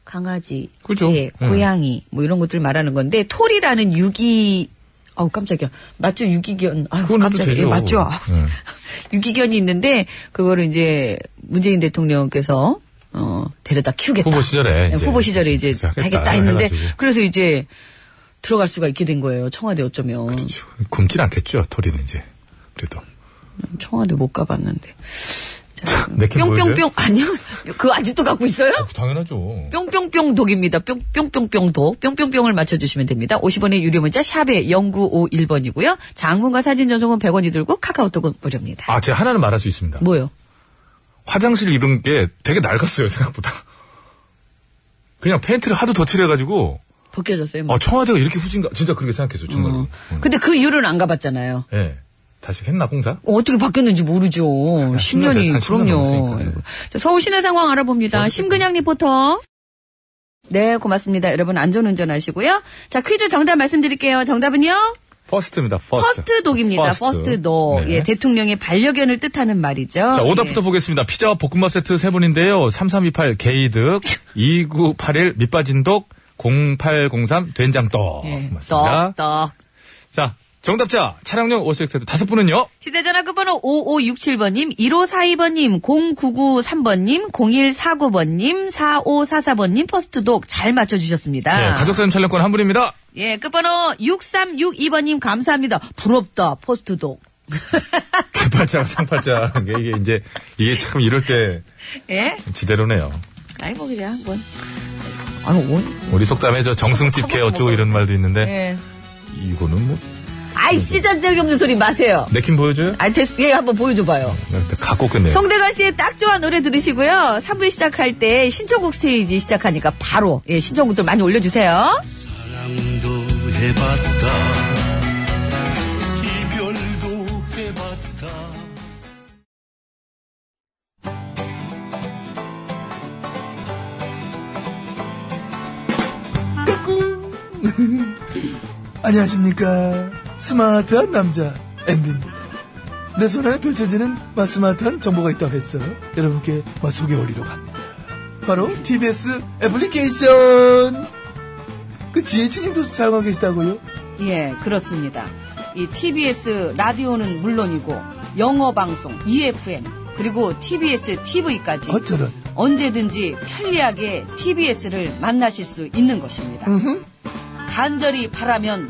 Speaker 3: 강아지,
Speaker 2: 그죠.
Speaker 3: 예,
Speaker 2: 네.
Speaker 3: 고양이 뭐 이런 것들 말하는 건데 톨이라는 유기 아우 깜짝이야 맞죠 유기견 아우
Speaker 2: 그건 해도
Speaker 3: 깜짝이야 예,
Speaker 2: 되죠. 네.
Speaker 3: 맞죠 아우, 유기견이 있는데 그거를 이제 문재인 대통령께서 어 데려다 키우겠다
Speaker 2: 후보 시절에
Speaker 3: 네,
Speaker 2: 이제
Speaker 3: 후보 시절에 이제
Speaker 2: 하겠다
Speaker 3: 하겠다 했는데
Speaker 2: 해가지고.
Speaker 3: 그래서 이제 들어갈 수가 있게 된 거예요 청와대 어쩌면
Speaker 2: 그렇죠. 굶진 않겠죠, 토리는 이제. 그래도.
Speaker 3: 청와대 못 가봤는데 자,
Speaker 2: 내캔 보여줘요?
Speaker 3: 뿅뿅뿅 아니요 그거 아직도 갖고 있어요?
Speaker 2: 당연하죠.
Speaker 3: 뿅뿅뿅 독입니다. 뿅뿅뿅뿅 독. 뿅뿅뿅을 맞춰주시면 됩니다. 50원의 유료 문자 샵에 0951번이고요. 장문과 사진 전송은 100원이 들고 카카오톡은 무료입니다.
Speaker 2: 아, 제가 하나는 말할 수 있습니다.
Speaker 3: 뭐요?
Speaker 2: 화장실 이런 게 되게 낡았어요, 생각보다. 그냥 페인트를 하도 덧칠해가지고,
Speaker 3: 벗겨졌어요? 뭐.
Speaker 2: 아, 청와대가 이렇게 후진가, 진짜 그렇게 생각했어요, 정말로.
Speaker 3: 어.
Speaker 2: 음.
Speaker 3: 근데 그 이유는 안 가봤잖아요.
Speaker 2: 예. 다시 했나, 공사?
Speaker 3: 어, 어떻게 바뀌었는지 모르죠. 10년이,
Speaker 2: 한 10년
Speaker 3: 그럼요.
Speaker 2: 넘었으니까, 네.
Speaker 3: 자, 서울 시내 상황 알아봅니다. 심근양 리포터. 네, 고맙습니다. 여러분, 안전운전 하시고요. 자, 퀴즈 정답 말씀드릴게요. 정답은요?
Speaker 2: 퍼스트입니다, 퍼스트.
Speaker 3: 퍼스트 독입니다. 퍼스트 독.
Speaker 2: 네.
Speaker 3: 예, 대통령의 반려견을 뜻하는 말이죠.
Speaker 2: 자, 오답부터 보겠습니다. 피자와 볶음밥 세트 세 분인데요. 3328 게이득, 2981 밑빠진독, 0803 된장떡.
Speaker 3: 예. 예.
Speaker 2: 네, 맞습니다.
Speaker 3: 떡, 떡.
Speaker 2: 자, 정답자, 차량용 오색 세트 다섯 분은요?
Speaker 3: 휴대전화 끝번호 5567번님, 1542번님, 0993번님, 0149번님, 4544번님, 퍼스트 독 잘 맞춰주셨습니다.
Speaker 2: 네, 가족사진 촬영권 한 분입니다.
Speaker 3: 예, 끝번호 6362번님 감사합니다. 부럽다, 퍼스트 독.
Speaker 2: 개팔자와 상팔자. 이게 이제, 이게 참 이럴 때
Speaker 3: 예?
Speaker 2: 지대로네요.
Speaker 3: 아이, 뭐, 그냥 한번. 아유, 원.
Speaker 2: 우리 속담에 저 정승집 개 어쩌고 이런 말도 있는데,
Speaker 3: 예.
Speaker 2: 이거는 뭐,
Speaker 3: 아이, 씨잔데기 없는 소리 마세요.
Speaker 2: 내킴 보여줘요?
Speaker 3: 아이, 됐, 예, 한번 보여줘봐요.
Speaker 2: 갖고 끝내요.
Speaker 3: 송대관 씨의 딱 좋아한 노래 들으시고요. 3부 시작할 때 신청곡 스테이지 시작하니까 바로 예, 신청곡들 많이 올려주세요.
Speaker 6: 사랑도 해봤다 이별도 해봤다
Speaker 8: 안녕하십니까. 스마트한 남자, 엠비입니다. 내 손안에 펼쳐지는 마 스마트한 정보가 있다고 해서 여러분께 마 소개해드리러 갑니다. 바로 TBS 애플리케이션! 그 지혜진님도 사용하고 계시다고요?
Speaker 3: 예, 그렇습니다. 이 TBS 라디오는 물론이고 영어 방송, EFM 그리고 TBS TV까지
Speaker 8: 어쩌면
Speaker 3: 언제든지 편리하게 TBS를 만나실 수 있는 것입니다. 간절히 바라면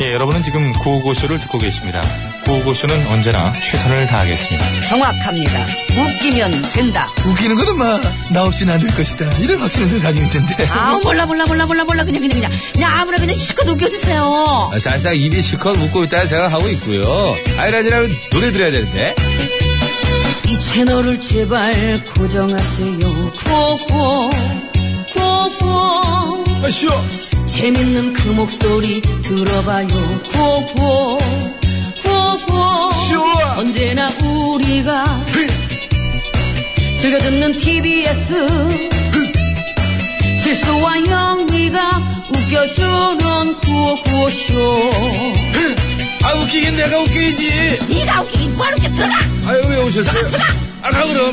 Speaker 2: 예, 여러분은 지금 구호고쇼를 듣고 계십니다. 구호고쇼는 언제나 최선을 다하겠습니다.
Speaker 3: 정확합니다. 웃기면 된다.
Speaker 8: 웃기는 거는 마나 없이는 안 될 것이다. 이런 확신을 늘 가지고 있던데.
Speaker 3: 아 몰라 몰라 몰라 몰라 몰라 그냥 그냥 그냥 그냥 아무나 그냥 실컷 웃겨주세요.
Speaker 1: 사실상 아, 입이 실컷 웃고 있다는 생각하고 있고요. 아이라지라면 노래 들어야 되는데.
Speaker 3: 이 채널을 제발 고정하세요. 구호구호 구호구호
Speaker 2: 아, 쉬어!
Speaker 3: 재밌는 그 목소리 들어봐요. 구호구호 구호구호
Speaker 2: 쉬어!
Speaker 3: 언제나 우리가 즐겨 듣는 TBS 실수와 영리가 웃겨주는 구호구호쇼.
Speaker 1: 아, 웃기긴 내가 웃기지.
Speaker 3: 네가 웃기긴 뭐하는 게 들어가!
Speaker 1: 아유, 왜 오셨어요? 아, 가, 그럼.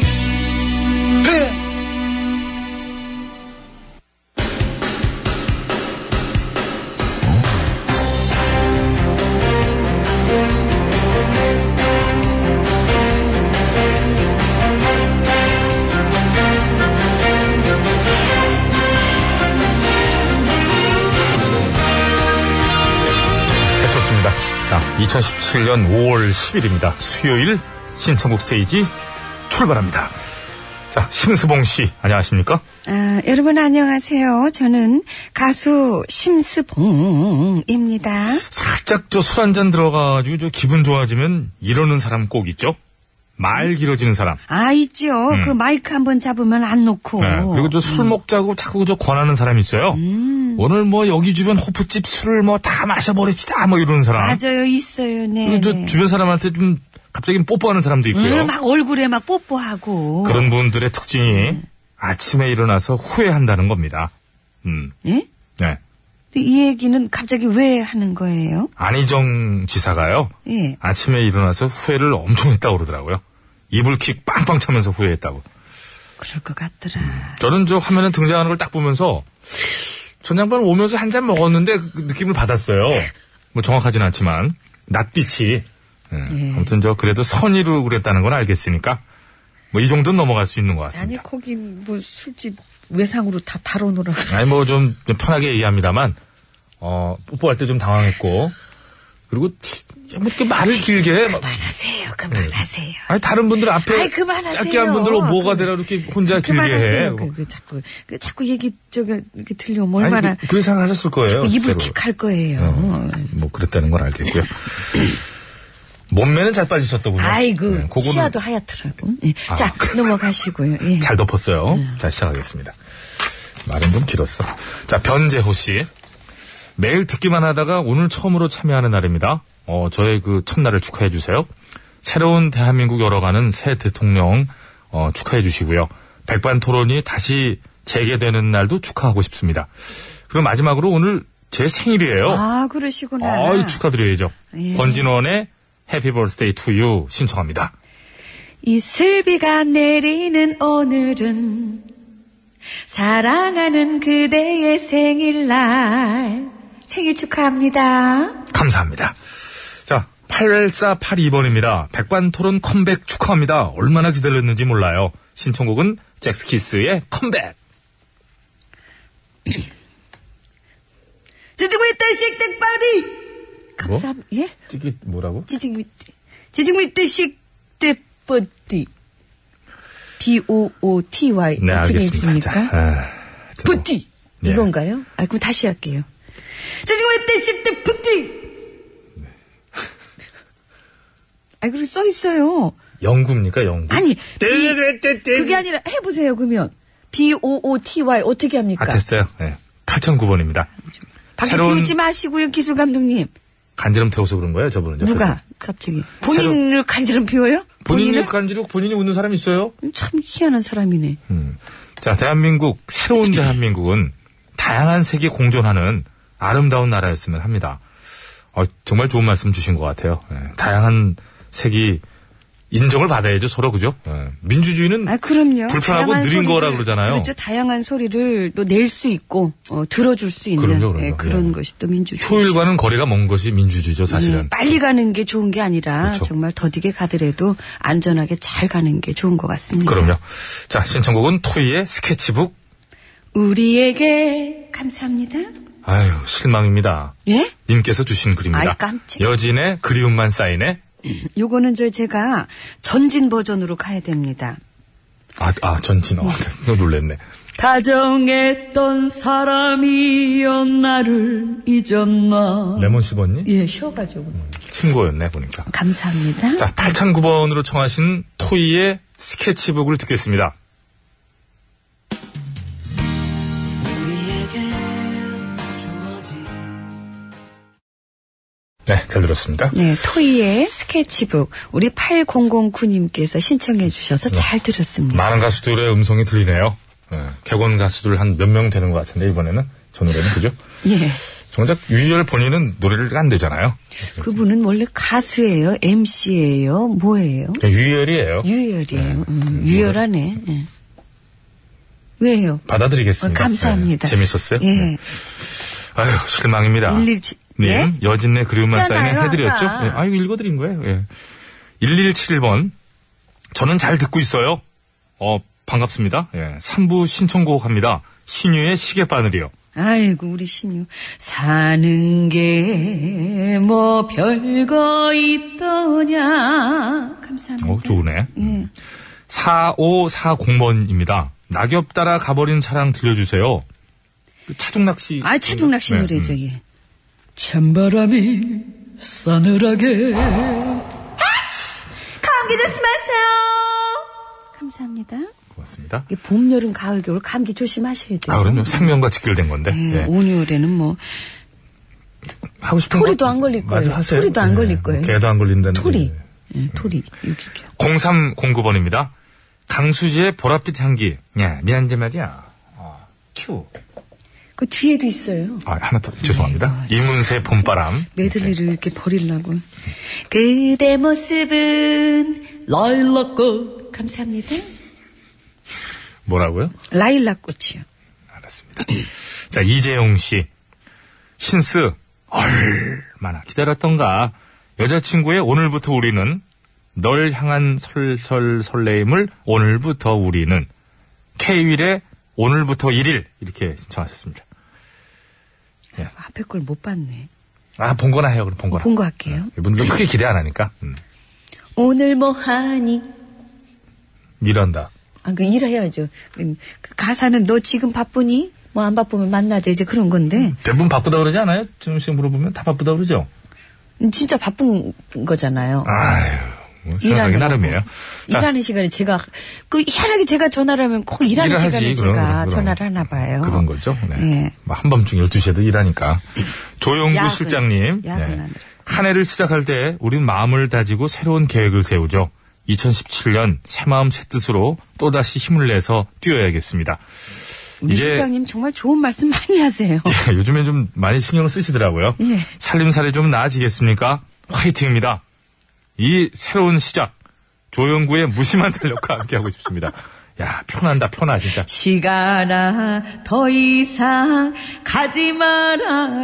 Speaker 2: 네, 좋습니다. 자, 2017년 5월 10일입니다. 수요일 신청국 스테이지 출발합니다. 자, 심수봉 씨, 안녕하십니까?
Speaker 3: 아, 여러분 안녕하세요. 저는 가수 심스봉입니다.
Speaker 2: 살짝 저 술 한 잔 들어가지고 저 기분 좋아지면 이러는 사람 꼭 있죠? 말 길어지는 사람.
Speaker 3: 아, 있죠. 그 마이크 한번 잡으면 안 놓고.
Speaker 2: 음. 네, 그리고 저 술 먹자고 자꾸 저 권하는 사람 있어요.
Speaker 3: 음.
Speaker 2: 오늘 뭐 여기 주변 호프집 술을 뭐 다 마셔버립시다 뭐 이러는 사람.
Speaker 3: 맞아요, 있어요. 네.
Speaker 2: 그리고 저
Speaker 3: 네.
Speaker 2: 주변 사람한테 좀 갑자기 뽀뽀하는 사람도 있고요.
Speaker 3: 음, 뭐. 막 얼굴에 막 뽀뽀하고.
Speaker 2: 그런 분들의
Speaker 3: 네.
Speaker 2: 특징이 아침에 일어나서 후회한다는 겁니다. 음,
Speaker 3: 예?
Speaker 2: 네.
Speaker 3: 근데 이 얘기는 갑자기 왜 하는 거예요?
Speaker 2: 안희정 지사가요.
Speaker 3: 예.
Speaker 2: 아침에 일어나서 후회를 엄청 했다고 그러더라고요. 이불킥 빵빵 차면서 후회했다고.
Speaker 3: 그럴 것 같더라.
Speaker 2: 저는 저 화면에 등장하는 걸 딱 보면서 전 양반 오면서 한 잔 먹었는데 그 느낌을 받았어요. 뭐 정확하진 않지만 낯빛이 예, 아무튼 저 그래도 선의로 그랬다는 건 알겠으니까 뭐 이 정도는 넘어갈 수 있는 것
Speaker 1: 아니
Speaker 2: 같습니다.
Speaker 1: 거긴 뭐 술집 외상으로 다 다뤄놓으라.
Speaker 2: 아니 뭐 좀 편하게 이해합니다만 어 뽀뽀할 때 좀 당황했고 그리고 뭐 이렇게 말을 길게 막-
Speaker 3: 그만하세요, 그만하세요.
Speaker 2: 아니 다른 분들 앞에
Speaker 3: 아이, 그만하세요.
Speaker 2: 짧게 한 분들은 뭐가 되라 이렇게 혼자 네. 길게 해.
Speaker 1: 그만하세요. 그, 그 자꾸 그 자꾸 얘기 저기 이렇게 들려오면
Speaker 2: 아니,
Speaker 1: 얼마나
Speaker 2: 그, 런 생각하셨을 거예요.
Speaker 1: 입을
Speaker 2: 실제로.
Speaker 1: 킥할 거예요.
Speaker 2: 뭐 그랬다는 건 알겠고요. 몸매는 잘 빠지셨더군요.
Speaker 1: 아이고
Speaker 2: 네, 그거는
Speaker 1: 치아도 하얗더라고. 예.
Speaker 2: 아.
Speaker 1: 자 넘어가시고요. 예.
Speaker 2: 잘 덮었어요. 자 시작하겠습니다. 말은 좀 길었어. 자 변재호 씨 매일 듣기만 하다가 오늘 처음으로 참여하는 날입니다. 어 저의 그 첫날을 축하해 주세요. 새로운 대한민국 열어가는 새 대통령 어, 축하해 주시고요. 백반 토론이 다시 재개되는 날도 축하하고 싶습니다. 그럼 마지막으로 오늘 제 생일이에요.
Speaker 3: 아, 그러시구나.
Speaker 1: 네,
Speaker 2: 아이, 축하드려야죠.
Speaker 1: 예.
Speaker 2: 권진원의 해피 버스데이 투유 신청합니다.
Speaker 3: 이슬비가 내리는 오늘은 사랑하는 그대의 생일날 생일 축하합니다.
Speaker 2: 감사합니다. 자, 8482번입니다. 백반 토론 컴백 축하합니다. 얼마나 기다렸는지 몰라요. 신청곡은 잭스키스의 컴백.
Speaker 1: 지지고 있다 식대빨이.
Speaker 2: 뭐?
Speaker 1: 감사합니다. 예?
Speaker 2: 이게 뭐라고?
Speaker 1: 지지고 있다. 지지고 있다 식대뿌띠. B O O T Y
Speaker 2: 네,
Speaker 1: 어떻게
Speaker 2: 알겠습니다.
Speaker 1: 읽습니까? 부띠
Speaker 2: 예.
Speaker 1: 이건가요? 아 그럼 다시 할게요. 지지고 있다 식대 부띠.
Speaker 2: 네.
Speaker 1: 아 그리고 써 있어요.
Speaker 2: 영구입니까, 영구?
Speaker 1: 아니 B- 그게 아니라 해보세요 그러면 B O O T Y 어떻게 합니까?
Speaker 2: 아, 됐어요. 예. 8009번입니다.
Speaker 3: 밖에
Speaker 2: 새로운- 네,
Speaker 3: 비우지 마시고요, 기술 감독님.
Speaker 2: 간지럼 태워서 그런 거예요, 저분은.
Speaker 1: 누가 갑자기 본인을 간지럼 피워요?
Speaker 2: 본인이 간지로 본인이 웃는 사람 있어요?
Speaker 1: 참 희한한 사람이네.
Speaker 2: 음. 자, 대한민국, 새로운 대한민국은 다양한 색이 공존하는 아름다운 나라였으면 합니다. 어, 정말 좋은 말씀 주신 것 같아요. 예, 다양한 색이 인정을 받아야죠, 서로, 그죠? 예, 민주주의는
Speaker 3: 아, 그럼요.
Speaker 2: 불편하고
Speaker 3: 다양한
Speaker 2: 느린 거라
Speaker 3: 소리를-
Speaker 2: 그러잖아요.
Speaker 3: 그렇죠. 다양한 소리를 또 낼 수 있고, 어, 들어줄 수 있는
Speaker 2: 그럼요, 그럼요.
Speaker 3: 예, 그런
Speaker 2: 예.
Speaker 3: 것이 또 민주주의.
Speaker 2: 효율과는 거리가 먼 것이 민주주의죠, 사실은.
Speaker 3: 예, 빨리 가는 게 좋은 게 아니라
Speaker 2: 그렇죠.
Speaker 3: 정말 더디게 가더라도 안전하게 잘 가는 게 좋은 것 같습니다.
Speaker 2: 그럼요. 자, 신청곡은 토이의 스케치북.
Speaker 3: 우리에게 감사합니다.
Speaker 2: 아유, 실망입니다.
Speaker 3: 예?
Speaker 2: 님께서 주신 글입니다.
Speaker 3: 아이, 깜짝이야.
Speaker 2: 여진의 그리움만 쌓이네.
Speaker 3: 요거는 저 제가 전진 버전으로 가야 됩니다.
Speaker 2: 아, 아, 전진. 어, 놀랬네.
Speaker 1: 다정했던 사람이여 나를
Speaker 3: 어.
Speaker 1: 잊었나.
Speaker 2: 레몬 씹었니?
Speaker 1: 예, 쉬어가지고.
Speaker 2: 친구였네, 보니까.
Speaker 3: 감사합니다.
Speaker 2: 자, 8009번으로 청하신 토이의 스케치북을 듣겠습니다. 네, 잘 들었습니다.
Speaker 3: 네, 토이의 스케치북 우리 8009님께서 신청해 주셔서
Speaker 2: 네.
Speaker 3: 잘 들었습니다.
Speaker 2: 많은 가수들의 음성이 들리네요. 네, 객원 가수들 한 몇 명 되는 것 같은데, 이번에는. 저 노래는, 그죠?
Speaker 3: 예.
Speaker 2: 정작 유희열 본인은 노래를 안 되잖아요.
Speaker 3: 그분은 원래 가수예요, MC예요, 뭐예요?
Speaker 2: 그냥 유희열이에요.
Speaker 3: 유열이에요. 음, 유열하네. 예. 왜요? 어,
Speaker 2: 받아드리겠습니다.
Speaker 3: 감사합니다.
Speaker 2: 네, 재밌었어요?
Speaker 3: 예.
Speaker 2: 네. 아유, 실망입니다.
Speaker 3: 117.
Speaker 2: 님,
Speaker 3: 예?
Speaker 2: 네, 여진의 그리움만
Speaker 3: 있잖아요,
Speaker 2: 쌓이는 해드렸죠?
Speaker 3: 아까.
Speaker 2: 예, 아, 이거 읽어드린 거예요. 예. 1171번. 저는 잘 듣고 있어요. 어, 반갑습니다. 예. 3부 신청곡 합니다. 신유의 시계바늘이요.
Speaker 3: 아이고, 우리 신유. 사는 게 뭐 별거 있더냐. 감사합니다.
Speaker 2: 어, 좋으네. 어, 음. 4540번입니다. 낙엽 따라 가버린 차량 들려주세요. 그 차중낚시.
Speaker 3: 아, 차중낚시
Speaker 2: 네,
Speaker 3: 노래,
Speaker 2: 음.
Speaker 3: 저기. 찬바람이 싸늘하게. 아,
Speaker 4: 감기 조심하세요. 감사합니다.
Speaker 2: 고맙습니다.
Speaker 9: 이게 봄, 여름, 가을, 겨울 감기 조심하셔야 돼요.
Speaker 2: 아, 그럼요. 생명과 직결된 건데.
Speaker 9: 네.
Speaker 2: 예.
Speaker 3: 온유월에는 네, 뭐.
Speaker 2: 하고 싶은
Speaker 9: 토리도
Speaker 2: 거-
Speaker 9: 안 걸릴 거예요.
Speaker 2: 마저 뭐 하세요. 네. 뭐
Speaker 9: 토리도 안 걸릴 거예요.
Speaker 2: 개도 안 걸린다는
Speaker 9: 토리.
Speaker 2: 거지.
Speaker 3: 네,
Speaker 9: 예, 토리. 육이켜.
Speaker 2: 0309번입니다. 강수지의 보랏빛 향기. 야, 미안한데 말이야. 어, 큐.
Speaker 9: 그 뒤에도 있어요.
Speaker 2: 아, 하나 더, 죄송합니다. 이문세 봄바람.
Speaker 3: 메들리를 이렇게 버리려고.
Speaker 4: 그대 모습은 라일락꽃. 감사합니다.
Speaker 2: 뭐라고요?
Speaker 3: 라일락 꽃이요.
Speaker 2: 알았습니다. 자, 이재용 씨. 신스, 얼마나 기다렸던가. 여자친구의 오늘부터 우리는, 널 향한 설설 설레임을 오늘부터 우리는, K윌의 오늘부터 1일, 이렇게 신청하셨습니다.
Speaker 3: 아, 앞에 걸 못 봤네.
Speaker 2: 아, 본 거나 해요, 그럼 본 거나.
Speaker 3: 본 거 할게요.
Speaker 2: 이분들은 크게 기대 안 하니까. 음.
Speaker 9: 오늘 뭐 하니?
Speaker 2: 일한다.
Speaker 9: 아, 그 일해야죠. 음, 그 가사는 너 지금 바쁘니? 뭐 안 바쁘면 만나자 이제 그런 건데
Speaker 2: 대부분 바쁘다 그러지 않아요? 지금 씨 물어보면 다 바쁘다 그러죠?
Speaker 9: 음, 진짜 바쁜 거잖아요.
Speaker 2: 아유, 뭐 생각이
Speaker 9: 일하느라고.
Speaker 2: 나름이에요. 자,
Speaker 9: 일하는 시간에 제가 그 희한하게 제가 전화를 하면 꼭 일하는
Speaker 2: 일을 하지,
Speaker 9: 시간에
Speaker 2: 그럼,
Speaker 9: 제가
Speaker 2: 그럼.
Speaker 9: 전화를 하나 봐요.
Speaker 2: 그런 거죠. 네.
Speaker 9: 예.
Speaker 2: 뭐 한밤중 12시에도 일하니까. 조영구
Speaker 9: 야근,
Speaker 2: 실장님. 네.
Speaker 9: 야근하느라.
Speaker 2: 한 해를 시작할 때 우린 마음을 다지고 새로운 계획을 세우죠. 2017년 새 마음 새 뜻으로 또다시 힘을 내서 뛰어야겠습니다.
Speaker 3: 우리
Speaker 2: 이제-
Speaker 3: 실장님 정말 좋은 말씀 많이 하세요.
Speaker 2: 예, 요즘에 좀 많이 신경을 쓰시더라고요.
Speaker 3: 예.
Speaker 2: 살림살이 좀 나아지겠습니까? 화이팅입니다. 이 새로운 시작, 조영구의 무심한 탄력과 함께하고 싶습니다. 야, 편한다, 편하, 진짜.
Speaker 9: 시간아 더 이상 가지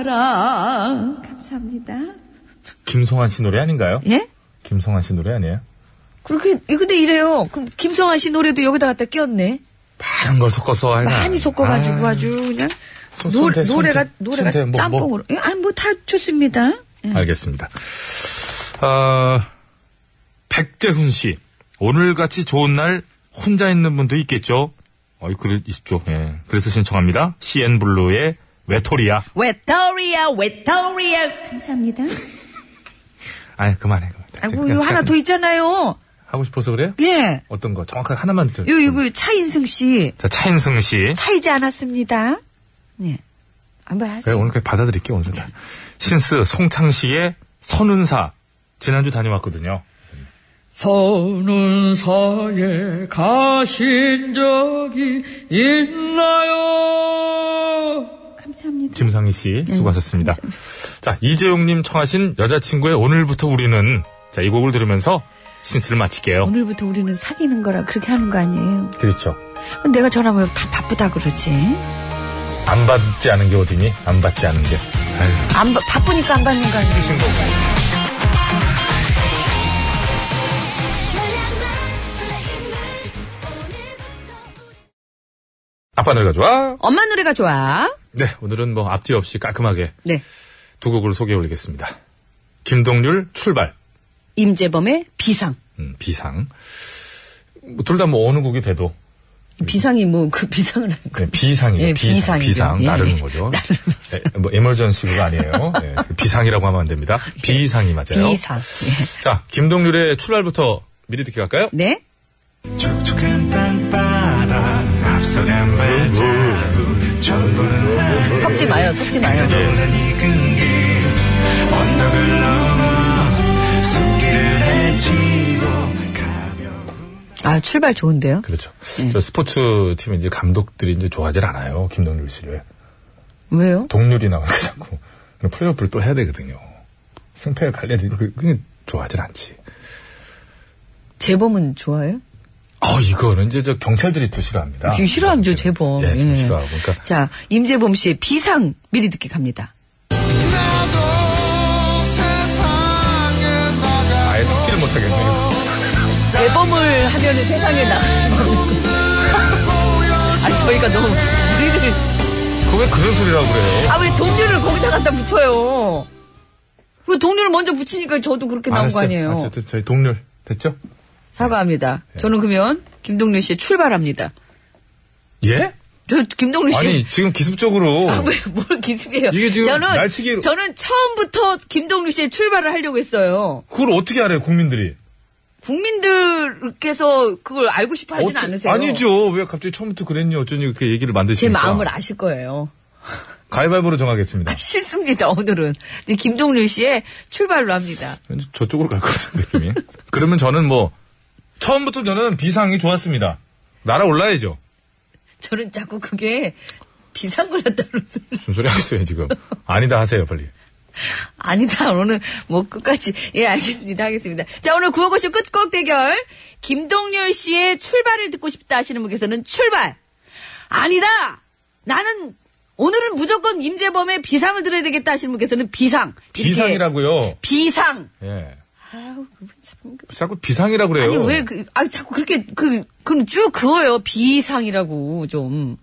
Speaker 9: 말아라.
Speaker 4: 감사합니다.
Speaker 2: 김성환 씨 노래 아닌가요?
Speaker 9: 예?
Speaker 2: 김성환 씨 노래 아니에요?
Speaker 9: 그렇게 예, 근데 이래요. 그럼 김성아 씨 노래도 여기다 갖다 끼웠네.
Speaker 2: 많은 걸 섞어서 하나.
Speaker 9: 많이 섞어가지고 아, 주 그냥
Speaker 2: 아, 손-
Speaker 9: 노,
Speaker 2: 손대,
Speaker 9: 래가
Speaker 2: 손대,
Speaker 9: 노래가
Speaker 2: 손대, 뭐, 뭐.
Speaker 9: 짬뽕으로. 예, 아니 뭐 다 좋습니다. 예.
Speaker 2: 알겠습니다. 어, 백재훈 씨. 오늘같이 좋은 날 혼자 있는 분도 있겠죠? 어이, 그래, 있죠. 예. 그래서 신청합니다. CN블루의 외톨이야.
Speaker 4: 웨토리아, 웨토리아. 감사합니다.
Speaker 2: 아니, 그만해, 그만해.
Speaker 9: 아이고
Speaker 2: 그냥
Speaker 9: 이거 하나
Speaker 2: 시간-
Speaker 9: 더 있잖아요.
Speaker 2: 하고 싶어서 그래요?
Speaker 9: 예.
Speaker 2: 어떤 거? 정확하게 하나만 좀.
Speaker 9: 요 이거 차인승 씨
Speaker 2: 자, 차인승 씨.
Speaker 9: 차이지 않았습니다. 예. 한번 하세요.
Speaker 2: 그래, 오늘 그냥 받아들일게요, 오늘.
Speaker 9: 네.
Speaker 2: 다. 신스 송창식의 선운사. 지난주 다녀왔거든요.
Speaker 3: 선운사에 가신 적이 있나요?
Speaker 2: 김상희 씨
Speaker 9: 네,
Speaker 2: 수고하셨습니다. 자 이재용님 청하신 여자친구의 오늘부터 우리는 자 이 곡을 들으면서 신스를 마칠게요.
Speaker 9: 오늘부터 우리는 사귀는 거라 그렇게 하는 거 아니에요.
Speaker 2: 그렇죠.
Speaker 9: 그럼 내가 전화하면 뭐 다 바쁘다 그러지.
Speaker 2: 안 받지 않은 게 어디니? 안 받지 않은 게. 아유,
Speaker 9: 안 바, 바쁘니까 안 받는 거 아니에요.
Speaker 2: 쓰신 거고. 아빠 노래가 좋아?
Speaker 3: 엄마 노래가 좋아.
Speaker 2: 네, 오늘은 뭐 앞뒤 없이 깔끔하게
Speaker 3: 네.
Speaker 2: 두 곡을 소개해 올리겠습니다. 김동률 출발,
Speaker 3: 임재범의 비상.
Speaker 2: 음, 비상. 둘 다 뭐 어느 곡이 돼도
Speaker 3: 비상이 뭐 그 비상을 하는 거.
Speaker 2: 네, 비상이에요.
Speaker 3: 예,
Speaker 2: 비상,
Speaker 3: 비상이죠.
Speaker 2: 비상
Speaker 3: 예,
Speaker 2: 나르는
Speaker 3: 예.
Speaker 2: 거죠.
Speaker 3: 나르는
Speaker 2: 예, 뭐 에멀전시가 아니에요. 예, 비상이라고 하면 안 됩니다. 비상이 맞아요.
Speaker 3: 예. 비상. 예.
Speaker 2: 자, 김동률의 출발부터 미리 듣기 갈까요?
Speaker 3: 네.
Speaker 6: 촉촉한 땅바닥 앞서간 발자국 전부는 나를
Speaker 3: 섞지 마요.
Speaker 2: 예.
Speaker 3: 섞지 마요.
Speaker 6: 떠난 이끈 길 언덕을 넘어 숲길을 헤치고 가벼운
Speaker 3: 아 출발 좋은데요.
Speaker 2: 그렇죠.
Speaker 3: 예.
Speaker 2: 저 스포츠 팀 이제 감독들이 이제 좋아하질 않아요. 김동률 씨를
Speaker 3: 왜요?
Speaker 2: 동률이 나오니까 자꾸 플레이오프를 또 해야 되거든요. 승패가 갈려야 되니까 그- 그게 좋아하질 않지.
Speaker 3: 재범은 좋아요?
Speaker 2: 아 이거는 이제 저 경찰들이 또 싫어합니다.
Speaker 3: 지금 싫어하죠 재범.
Speaker 2: 아, 예, 지금
Speaker 3: 예.
Speaker 2: 싫어하고 그러니까
Speaker 3: 자 임재범 씨의 비상 미리 듣기 갑니다.
Speaker 2: 아예 섞지를 못하겠네요.
Speaker 3: 재범을 하면은 세상에 나갈 수 없는. 아 저희가 너무 우리를
Speaker 2: 그왜 그런 소리라고 그래요?
Speaker 3: 아 왜 동료를 거기다 갖다 붙여요. 그 동료를 먼저 붙이니까 저도 그렇게 나온 거 아니에요.
Speaker 2: 어쨌든 저희 동률 됐죠?
Speaker 3: 사과합니다. 저는 그러면 김동률 씨 출발합니다.
Speaker 2: 예?
Speaker 3: 저 김동률 씨.
Speaker 2: 아니 지금 기습적으로
Speaker 3: 아, 왜, 뭘 기습이에요?
Speaker 2: 이게 지금
Speaker 3: 저는,
Speaker 2: 날치기로-
Speaker 3: 저는 처음부터 김동률 씨의 출발을 하려고 했어요.
Speaker 2: 그걸 어떻게 알아요 국민들이?
Speaker 3: 국민들께서 그걸 알고 싶어 하진
Speaker 2: 어째-
Speaker 3: 않으세요?
Speaker 2: 아니죠. 왜 갑자기 처음부터 그랬니 어쩌니 그 얘기를
Speaker 3: 제
Speaker 2: 만드십니까?
Speaker 3: 마음을 아실 아, 거예요.
Speaker 2: 가위바위보로 정하겠습니다.
Speaker 3: 싫습니다, 오늘은. 이제 김동률 씨의 출발로 합니다.
Speaker 2: 왠지 저쪽으로 갈 것 같은 느낌이. 그러면 저는 뭐 처음부터 저는 비상이 좋았습니다. 날아올라야죠.
Speaker 3: 저는 자꾸 그게 비상구였다는 소리.
Speaker 2: 무슨 소리 하겠어요 지금. 아니다 하세요 빨리.
Speaker 3: 아니다, 오늘 뭐 끝까지. 예, 알겠습니다, 하겠습니다. 자, 오늘 구호고쇼 끝곡 대결. 김동률 씨의 출발을 듣고 싶다 하시는 분께서는 출발! 아니다! 나는 오늘은 무조건 임재범의 비상을 들어야 되겠다 하시는 분께서는 비상. 이렇게
Speaker 2: 비상이라고요.
Speaker 3: 비상.
Speaker 2: 예. 자꾸 비상이라 그래요.
Speaker 3: 아니 왜 그, 아 자꾸 그렇게 그 그럼 쭉 그어요 비상이라고 좀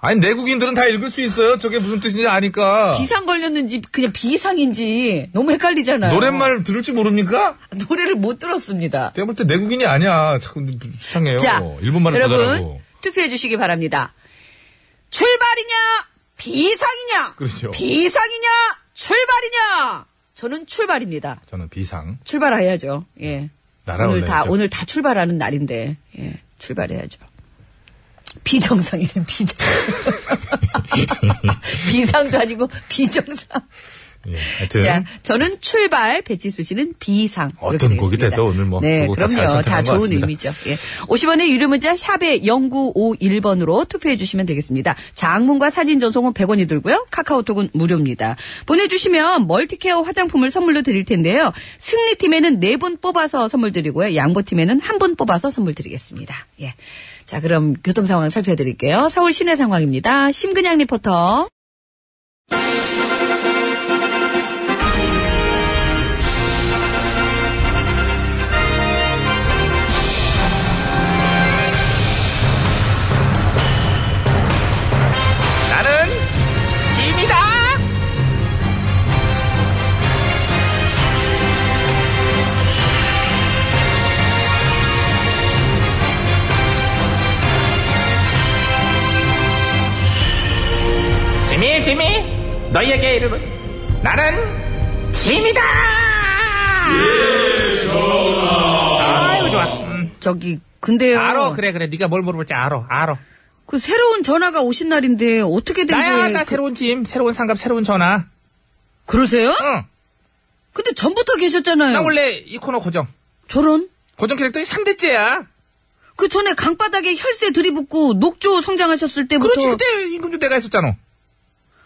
Speaker 2: 아니, 내국인들은 다 읽을 수 있어요. 저게 무슨 뜻인지 아니까.
Speaker 3: 비상 걸렸는지 그냥 비상인지 너무 헷갈리잖아요.
Speaker 2: 노랫말 들을 줄 모릅니까?
Speaker 3: 노래를 못 들었습니다.
Speaker 2: 내가 볼 때 내국인이 아니야. 자꾸 이상해요.
Speaker 3: 자
Speaker 2: 일본말을
Speaker 3: 여러분
Speaker 2: 잘하고.
Speaker 3: 투표해 주시기 바랍니다. 출발이냐 비상이냐
Speaker 2: 그렇죠.
Speaker 3: 비상이냐 출발이냐 저는 출발입니다.
Speaker 2: 저는 비상.
Speaker 3: 출발해야죠. 예. 오늘
Speaker 2: 날아올라야죠.
Speaker 3: 다 오늘 다 출발하는 날인데 예 출발해야죠. 비정상이네 비정. 비상도 아니고 비정상.
Speaker 2: 예, 하여튼.
Speaker 3: 자, 저는 출발, 배치수 씨는 비상. 이렇게
Speaker 2: 어떤 곡이
Speaker 3: 되겠습니다.
Speaker 2: 돼도 오늘 뭐
Speaker 3: 네,
Speaker 2: 두곡다
Speaker 3: 그럼요.
Speaker 2: 잘
Speaker 3: 다
Speaker 2: 선택한 것
Speaker 3: 좋은
Speaker 2: 같습니다.
Speaker 3: 의미죠. 예. 50원의 유료 문자 샵의 0951번으로 투표해 주시면 되겠습니다. 장문과 사진 전송은 100원이 들고요. 카카오톡은 무료입니다. 보내주시면 멀티케어 화장품을 선물로 드릴 텐데요. 승리팀에는 4분 뽑아서 선물 드리고요. 양보팀에는 1분 뽑아서 선물 드리겠습니다. 예. 자, 그럼 교통 상황 살펴드릴게요. 서울 시내 상황입니다. 심근양 리포터.
Speaker 1: 나는 짐이다. 짐이 짐이 너희에게 이름은 나는 짐이다. 아이고 예, 좋아. 음,
Speaker 3: 저기, 근데요.
Speaker 1: 알어 그래 그래 네가 뭘 물어볼지 알어 알어.
Speaker 3: 그 새로운 전화가 오신 날인데 어떻게 된 거예요?
Speaker 1: 나야 나
Speaker 3: 그-
Speaker 1: 새로운 짐 새로운 상갑 새로운 전화.
Speaker 3: 그러세요?
Speaker 1: 응.
Speaker 3: 근데 전부터 계셨잖아요.
Speaker 1: 어. 나 원래 이 코너 고정.
Speaker 3: 저런?
Speaker 1: 고정 캐릭터이 3대째야.
Speaker 3: 그 전에 강바닥에 혈세 들이붓고 녹조 성장하셨을 때부터
Speaker 1: 그렇지, 그때 임금주 내가 했었잖아.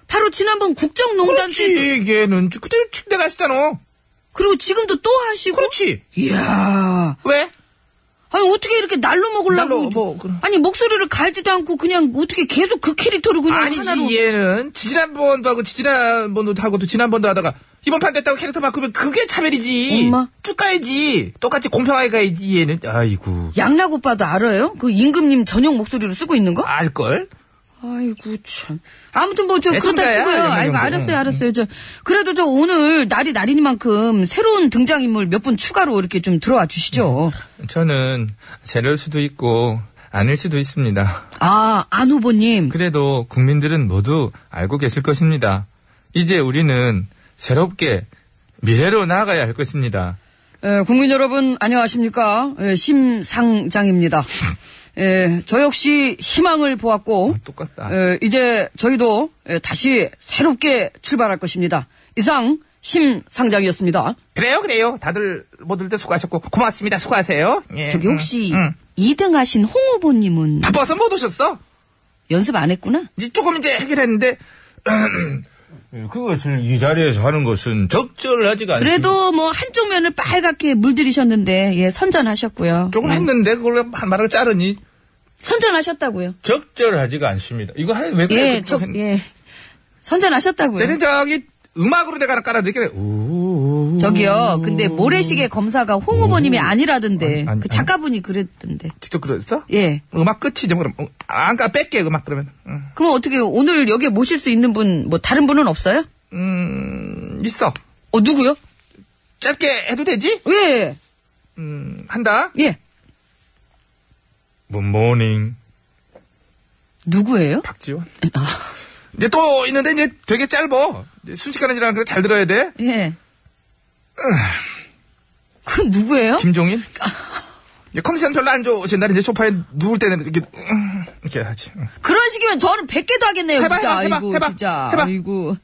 Speaker 3: 바로 지난번 국정농단 때
Speaker 1: 그렇지, 얘는 그때 내가 했었잖아.
Speaker 3: 그리고 지금도 또 하시고
Speaker 1: 그렇지.
Speaker 3: 이야
Speaker 1: 왜?
Speaker 3: 아니 어떻게 이렇게 날로 먹으려고
Speaker 1: 날로 뭐, 그-
Speaker 3: 아니 목소리를 갈지도 않고 그냥 어떻게 계속 그 캐릭터를 그냥
Speaker 1: 아니지,
Speaker 3: 하나로
Speaker 1: 얘는 지난번도 하고 지난번도 하고 또 지난번도 하다가 이번 판 됐다고 캐릭터 바꾸면 그게 차별이지.
Speaker 3: 엄마.
Speaker 1: 쭉 가야지. 똑같이 공평하게 가야지, 얘는. 아이고.
Speaker 3: 양락 오빠도 알아요? 그 임금님 전용 목소리로 쓰고 있는 거?
Speaker 1: 알걸?
Speaker 3: 아이고 참. 아무튼 뭐 저 그렇다
Speaker 1: 애청자야,
Speaker 3: 치고요.
Speaker 1: 이런
Speaker 3: 아이고
Speaker 1: 정도는.
Speaker 3: 알았어요, 알았어요. 저 그래도 저 오늘 날이 날이니만큼 새로운 등장 인물 몇 분 추가로 이렇게 좀 들어와 주시죠.
Speaker 2: 저는 제럴 수도 있고, 아닐 수도 있습니다.
Speaker 3: 아, 안 후보님.
Speaker 2: 그래도 국민들은 모두 알고 계실 것입니다. 이제 우리는 새롭게 미래로 나아가야 할 것입니다.
Speaker 3: 예, 국민 여러분 안녕하십니까? 예, 심상장입니다. 예, 저 역시 희망을
Speaker 1: 아,
Speaker 3: 보았고
Speaker 2: 똑같다.
Speaker 3: 예, 이제 저희도 예, 다시 새롭게 출발할 것입니다. 이상 심상장이었습니다.
Speaker 1: 그래요, 그래요. 다들 모두들 수고하셨고 고맙습니다. 수고하세요. 예.
Speaker 3: 저기
Speaker 1: 음,
Speaker 3: 혹시
Speaker 1: 음.
Speaker 3: 2등 하신 홍 후보님은
Speaker 1: 바빠서 못 오셨어?
Speaker 3: 연습 안 했구나?
Speaker 1: 이제 조금 이제 해결했는데
Speaker 5: 예, 그것을 이 자리에서 하는 것은 적절하지가 않습니다.
Speaker 3: 그래도 뭐 한쪽 면을 빨갛게 물들이셨는데 예 선전하셨고요.
Speaker 1: 조금 했는데 그걸로 한 말을 자르니
Speaker 3: 선전하셨다고요.
Speaker 5: 적절하지가 않습니다. 이거 하-
Speaker 1: 네,
Speaker 5: 왜 그래?
Speaker 3: 예, 저, 예. 선전하셨다고요.
Speaker 1: 제 생각이 음악으로 내가 깔아드릴게. 어, 우.
Speaker 3: 저기요. 근데 모래시계 검사가 홍 후보님이 아니라던데.
Speaker 1: 아니, 아니,
Speaker 3: 그 작가분이 그랬던데.
Speaker 1: 직접 그랬어?
Speaker 3: 예.
Speaker 1: 음악 끝이죠, 그럼. 어, 아, 까 뺄게, 음악, 그러면. 음,
Speaker 3: 그럼 어떻게 오늘 여기에 모실 수 있는 분, 뭐 다른 분은 없어요?
Speaker 1: 음, 있어.
Speaker 3: 어, 누구요?
Speaker 1: 짧게 해도 되지?
Speaker 3: 예,
Speaker 1: 음, 한다.
Speaker 3: 예.
Speaker 2: 굿모닝.
Speaker 8: 누구예요?
Speaker 1: 박지원. 이제 또 있는데 이제 되게 짧어. 이제 순식간에 지나는 거 잘 들어야 돼.
Speaker 8: 예. 그 누구예요?
Speaker 1: 김종인. 이제 컨디션 별로 안 좋으신 날 이제 소파에 누울 때는 이렇게 음, 이렇게 하지. 음.
Speaker 8: 그런 식이면 저는 100개도 하겠네요,
Speaker 1: 해봐,
Speaker 8: 진짜.
Speaker 1: 해봐, 해봐,
Speaker 8: 아이고,
Speaker 1: 해봐,
Speaker 8: 진짜.
Speaker 1: 해봐.
Speaker 8: 아이고.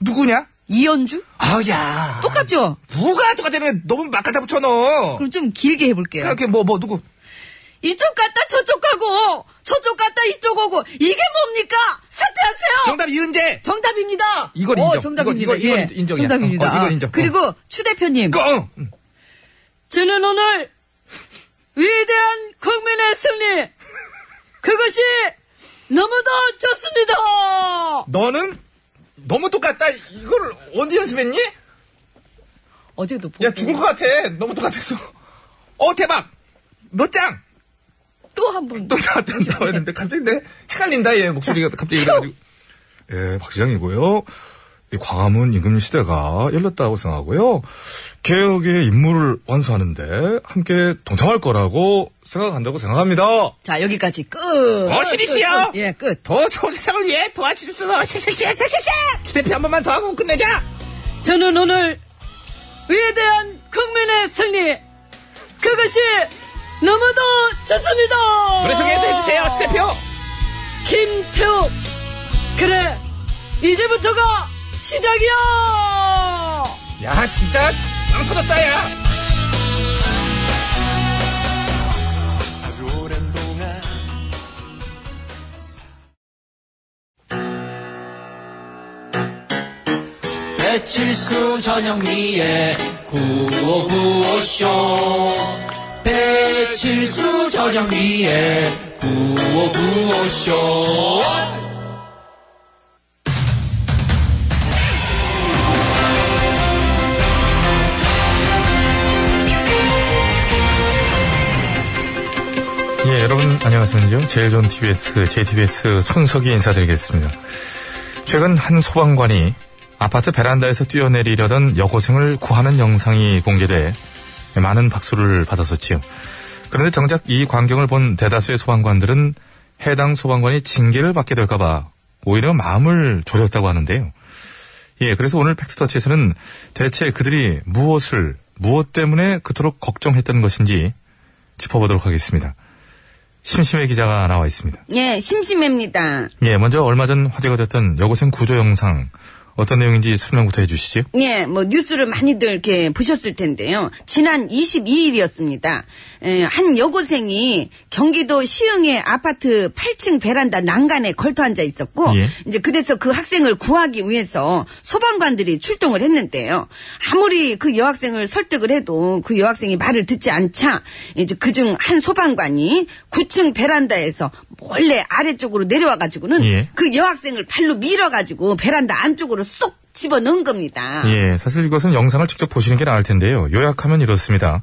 Speaker 1: 누구냐?
Speaker 8: 이현주?
Speaker 1: 아야.
Speaker 8: 똑같죠?
Speaker 1: 누가 똑같다며 너무 음, 막 갖다 붙여 넣어.
Speaker 3: 네.
Speaker 8: 그럼 좀 길게 해볼게요.
Speaker 1: 그렇게 뭐 뭐 누구?
Speaker 8: 이쪽 갔다 저쪽 가고, 저쪽 갔다 이쪽 오고, 이게 뭡니까? 사퇴하세요!
Speaker 1: 정답 이은재.
Speaker 8: 정답입니다.
Speaker 1: 이걸
Speaker 8: 어,
Speaker 1: 인정.
Speaker 8: 정답입니다.
Speaker 1: 이거, 이거,
Speaker 8: 예.
Speaker 1: 이건 인정이야.
Speaker 8: 정답입니다. 아,
Speaker 1: 어, 이건 인정.
Speaker 8: 그리고 추 대표님,
Speaker 1: 거. 어. 응.
Speaker 8: 저는 오늘 위대한 국민의 승리 그것이 너무도 좋습니다.
Speaker 1: 너는 너무 똑같다. 이걸 언제 연습했니?
Speaker 8: 어제도 보고
Speaker 1: 야 죽을 것 같아. 너무 똑같아서. 어 대박. 너 짱.
Speaker 8: 또한 번.
Speaker 1: 또 나왔다 나와야 되는데 갑자기 내 헷갈린다 얘 목소리가 갑자기 이래가지고
Speaker 2: 예, 박시장이고요. 이 광화문 임금 시대가 열렸다고 생각하고요. 개혁의 임무를 완수하는데 함께 동참할 거라고 생각한다고 생각합니다.
Speaker 8: 자 여기까지 끝.
Speaker 1: 어, 시리시요?
Speaker 8: 끝, 끝. 예 끝.
Speaker 1: 더 좋은 세상을 위해 도와주십시오 씩씩씩씩씩씩 주대표 한 번만 더 하고 끝내자
Speaker 8: 저는 오늘 위대한 국민의 승리 그것이 너무도 좋습니다.
Speaker 3: 어.
Speaker 1: 노래 소개도 해주세요 주대표
Speaker 8: 김태욱 그래 이제부터가 시작이야
Speaker 1: 야 진짜 빵 터졌다 야
Speaker 6: 배칠수 전영미의 구호구호쇼 배칠수 전영미의 구호구호쇼
Speaker 2: 예, 여러분 안녕하세요. 제일 좋은 TBS, JTBS 손석희 인사드리겠습니다. 최근 한 소방관이 아파트 베란다에서 뛰어내리려던 여고생을 구하는 영상이 공개돼 많은 박수를 받았었지요. 그런데 정작 이 광경을 본 대다수의 소방관들은 해당 소방관이 징계를 받게 될까봐 오히려 마음을 졸였다고 하는데요. 예, 그래서 오늘 팩스터치에서는 대체 그들이 무엇을, 무엇 때문에 그토록 걱정했던 것인지 짚어보도록 하겠습니다. 심심해 기자가 나와 있습니다.
Speaker 3: 예, 심심합니다.
Speaker 2: 예, 먼저 얼마 전 화제가 됐던 여고생 구조 영상 어떤 내용인지 설명부터 해주시죠.
Speaker 3: 예, 뭐 뉴스를 많이들 이렇게 보셨을 텐데요. 지난 22일이었습니다. 예, 한 여고생이 경기도 시흥의 아파트 8층 베란다 난간에 걸터 앉아 있었고
Speaker 2: 예.
Speaker 3: 이제 그래서 그 학생을 구하기 위해서 소방관들이 출동을 했는데요. 아무리 그 여학생을 설득을 해도 그 여학생이 말을 듣지 않자 이제 그중 한 소방관이 9층 베란다에서 몰래 아래쪽으로 내려와 가지고는
Speaker 2: 예.
Speaker 3: 그 여학생을 발로 밀어 가지고 베란다 안쪽으로 쏙 집어넣은 겁니다.
Speaker 2: 예, 사실 이것은 영상을 직접 보시는 게 나을 텐데요. 요약하면 이렇습니다.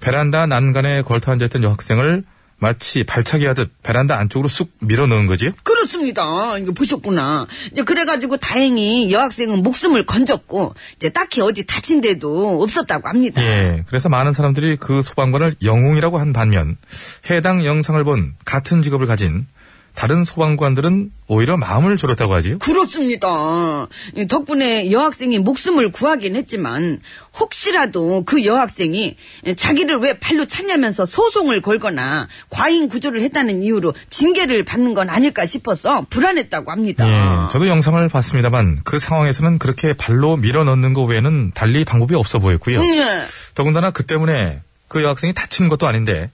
Speaker 2: 베란다 난간에 걸터 앉아있던 여학생을 마치 발차기 하듯 베란다 안쪽으로 쑥 밀어 넣은 거지요?
Speaker 3: 그렇습니다. 이거 보셨구나. 이제 그래가지고 다행히 여학생은 목숨을 건졌고 이제 딱히 어디 다친 데도 없었다고 합니다.
Speaker 2: 예, 그래서 많은 사람들이 그 소방관을 영웅이라고 한 반면 해당 영상을 본 같은 직업을 가진 다른 소방관들은 오히려 마음을 졸였다고 하지요.
Speaker 3: 그렇습니다. 이 덕분에 여학생이 목숨을 구하긴 했지만 혹시라도 그 여학생이 자기를 왜 발로 찼냐면서 소송을 걸거나 과잉 구조를 했다는 이유로 징계를 받는 건 아닐까 싶어서 불안했다고 합니다.
Speaker 2: 예, 저도 영상을 봤습니다만 그 상황에서는 그렇게 발로 밀어 넣는 거 외에는 달리 방법이 없어 보였고요.
Speaker 3: 예.
Speaker 2: 더군다나 그 때문에 그 여학생이 다친 것도 아닌데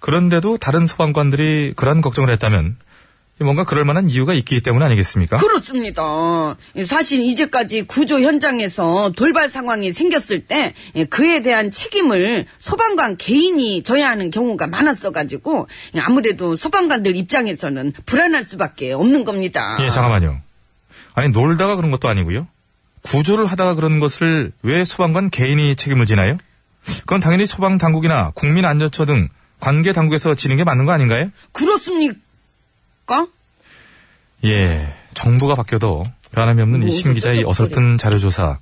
Speaker 2: 그런데도 다른 소방관들이 그러한 걱정을 했다면 뭔가 그럴 만한 이유가 있기 때문 아니겠습니까?
Speaker 3: 그- 그렇습니다. 사실 이제까지 구조 현장에서 돌발 상황이 생겼을 때 예, 그에 대한 책임을 소방관 개인이 져야 하는 경우가 많았어가지고 예, 아무래도 소방관들 입장에서는 불안할 수밖에 없는 겁니다.
Speaker 2: 예, 잠깐만요. 아니 놀다가 그런 것도 아니고요. 구조를 하다가 그런 것을 왜 소방관 개인이 책임을 지나요? 그건 당연히 소방 당국이나 국민안전처 등 관계 당국에서 지는 게 맞는 거 아닌가요?
Speaker 3: 그렇습니까?
Speaker 2: 예, 정부가 바뀌어도 변함이 없는
Speaker 3: 뭐,
Speaker 2: 이심 기자의
Speaker 3: 어쩌-
Speaker 2: 어설픈 자료 조사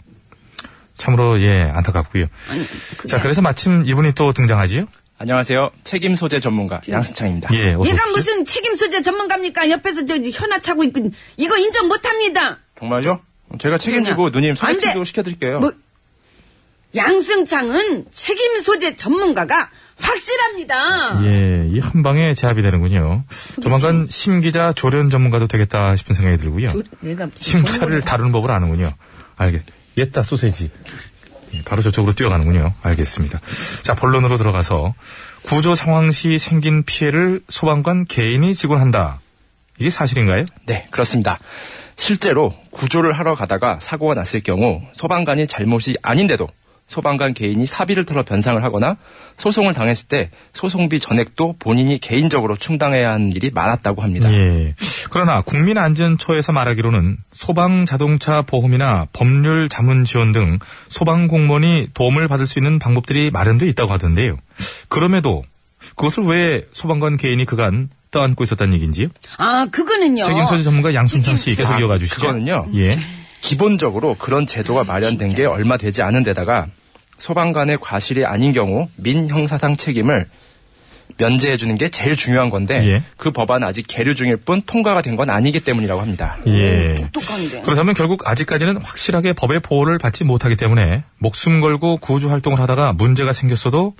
Speaker 2: 참으로 예 안타깝고요.
Speaker 3: 아니, 네.
Speaker 2: 자 그래서 마침 이분이 또 등장하지요.
Speaker 10: 안녕하세요. 책임 소재 전문가 양승창입니다.
Speaker 3: 네.
Speaker 2: 예, 어서
Speaker 9: 얘가 무슨 책임 소재 전문가입니까? 옆에서 저 현아 차고 있고 이거 인정 못합니다.
Speaker 10: 정말요? 제가 책임지고 누님 소개팅 좀 시켜드릴게요.
Speaker 9: 뭐, 양승창은 책임 소재 전문가가 확실합니다.
Speaker 2: 예, 이 한 방에 제압이 되는군요. 조만간 심기자 조련 전문가도 되겠다 싶은 생각이 들고요.
Speaker 9: 내가
Speaker 2: 심사를 다루는 법을 아는군요. 알겠. 옛다 소세지. 예, 바로 저쪽으로 뛰어가는군요. 알겠습니다. 자, 본론으로 들어가서 구조 상황 시 생긴 피해를 소방관 개인이 지불한다. 이게 사실인가요?
Speaker 10: 네, 그렇습니다. 실제로 구조를 하러 가다가 사고가 났을 경우 소방관이 잘못이 아닌데도 소방관 개인이 사비를 털어 변상을 하거나 소송을 당했을 때 소송비 전액도 본인이 개인적으로 충당해야 하는 일이 많았다고 합니다.
Speaker 2: 예. 그러나 국민안전처에서 말하기로는 소방 자동차 보험이나 법률 자문 지원 등 소방 공무원이 도움을 받을 수 있는 방법들이 마련돼 있다고 하던데요. 그럼에도 그것을 왜 소방관 개인이 그간 떠안고 있었다는 얘기인지요?
Speaker 9: 아 그거는요.
Speaker 2: 책임 소재 전문가 양승창 씨 계속
Speaker 10: 어, 아,
Speaker 2: 이어가 주시죠.
Speaker 10: 그거는요.
Speaker 2: 예.
Speaker 10: 기본적으로 그런
Speaker 2: 아,
Speaker 10: 제도가 마련된 게 얼마 되지 않은 데다가 소방관의 과실이 아닌 경우 민형사상 책임을 면제해 주는 게 제일 중요한 건데
Speaker 2: 예.
Speaker 10: 그 법안은 아직 계류 중일 뿐 통과가 된 건 아니기 때문이라고 합니다.
Speaker 2: 예.
Speaker 9: 똑똑한데.
Speaker 2: 그렇다면 결국 아직까지는 확실하게 법의 보호를 받지 못하기 때문에 목숨 걸고 구조 활동을 하다가 문제가 생겼어도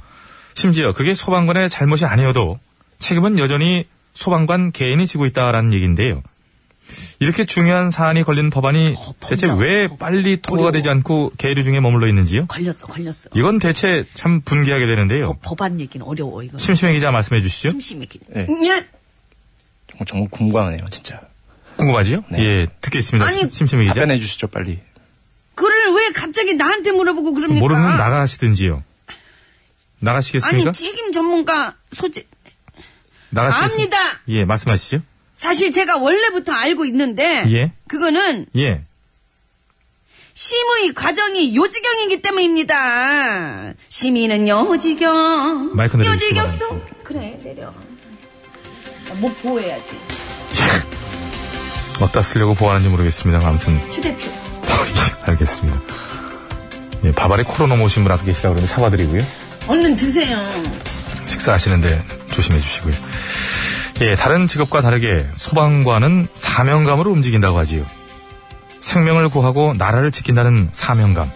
Speaker 2: 심지어 그게 소방관의 잘못이 아니어도 책임은 여전히 소방관 개인이 지고 있다라는 얘기인데요. 이렇게 중요한 사안이 걸린 법안이 대체 왜 빨리 통과가 되지 않고 계류 중에 머물러 있는지요?
Speaker 11: 걸렸어, 걸렸어.
Speaker 2: 이건 대체 참 분개하게 되는데요.
Speaker 11: 법안 얘기는 어려워, 이거.
Speaker 2: 심심해 기자 말씀해 주시죠.
Speaker 11: 심심해. 기-
Speaker 10: 예.
Speaker 9: 예.
Speaker 10: 정말, 정말 궁금하네요, 진짜.
Speaker 2: 궁금하지요? 예, 듣겠습니다.
Speaker 9: 아니,
Speaker 2: 심심해 기자.
Speaker 10: 답변해 주시죠, 빨리.
Speaker 9: 그를 왜 갑자기 나한테 물어보고 그럽니까?
Speaker 2: 모르면
Speaker 3: 그러니까.
Speaker 2: 나가시든지요. 나가시겠습니까?
Speaker 9: 아니 책임 전문가 소재
Speaker 2: 나가시겠습니까?
Speaker 9: 압니다.
Speaker 2: 예, 말씀하시죠.
Speaker 9: 사실 제가 원래부터 알고 있는데
Speaker 2: 예.
Speaker 9: 그거는
Speaker 2: 예.
Speaker 9: 심의 과정이 요지경이기 때문입니다. 심의는 요지경.
Speaker 2: 마이크 내려주시기
Speaker 9: 요지경
Speaker 2: 바랍니다.
Speaker 9: 속. 그래 내려. 뭐 보호해야지.
Speaker 2: 어디다 쓰려고 보완하는지 모르겠습니다. 아무튼
Speaker 9: 휴대표.
Speaker 2: 알겠습니다. 예, 바바리 코로나 모신 분 앞에 계시다 그러면 사과드리고요.
Speaker 9: 얼른 드세요.
Speaker 2: 식사하시는데 조심해 주시고요. 예, 다른 직업과 다르게 소방관은 사명감으로 움직인다고 하지요. 생명을 구하고 나라를 지킨다는 사명감.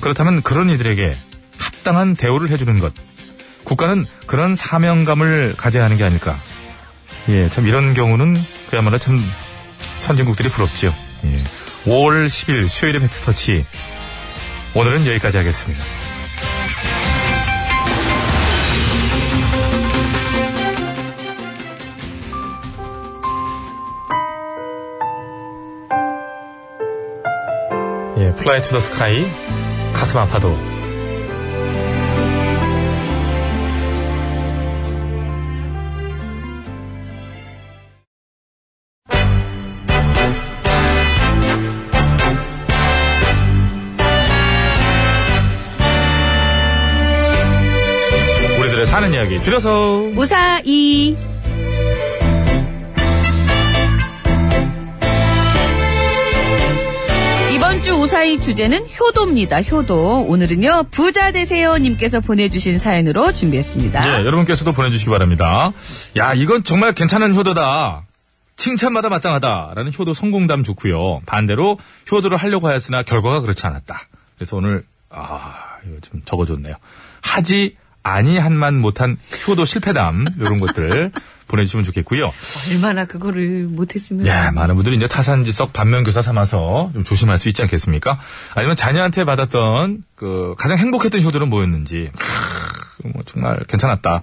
Speaker 2: 그렇다면 그런 이들에게 합당한 대우를 해주는 것. 국가는 그런 사명감을 가져야 하는 게 아닐까. 예, 참 이런 경우는 그야말로 참 선진국들이 부럽지요. 예. 5월 10일 수요일의 팩트터치. 오늘은 여기까지 하겠습니다. 예, 플라이 투 더 스카이 가슴 아파도 우리들의 사는 이야기 줄여서
Speaker 4: 우사이. 이번 주 우사이 주제는 효도입니다. 효도. 오늘은요, 부자 되세요 님께서 보내주신 사연으로 준비했습니다.
Speaker 2: 예, 여러분께서도 보내주시기 바랍니다. 야, 이건 정말 괜찮은 효도다. 칭찬마다 마땅하다라는 효도 성공담 좋고요. 반대로 효도를 하려고 하였으나 결과가 그렇지 않았다. 그래서 오늘 아 이거 좀 적어줬네요. 하지 아니한만 못한 효도 실패담 이런 것들 보내주시면 좋겠고요.
Speaker 11: 얼마나 그거를 못했으면.
Speaker 2: 야, 많은 분들이 이제 타산지석 반면교사 삼아서 좀 조심할 수 있지 않겠습니까? 아니면 자녀한테 받았던 그 가장 행복했던 효도는 뭐였는지 크, 뭐 정말 괜찮았다.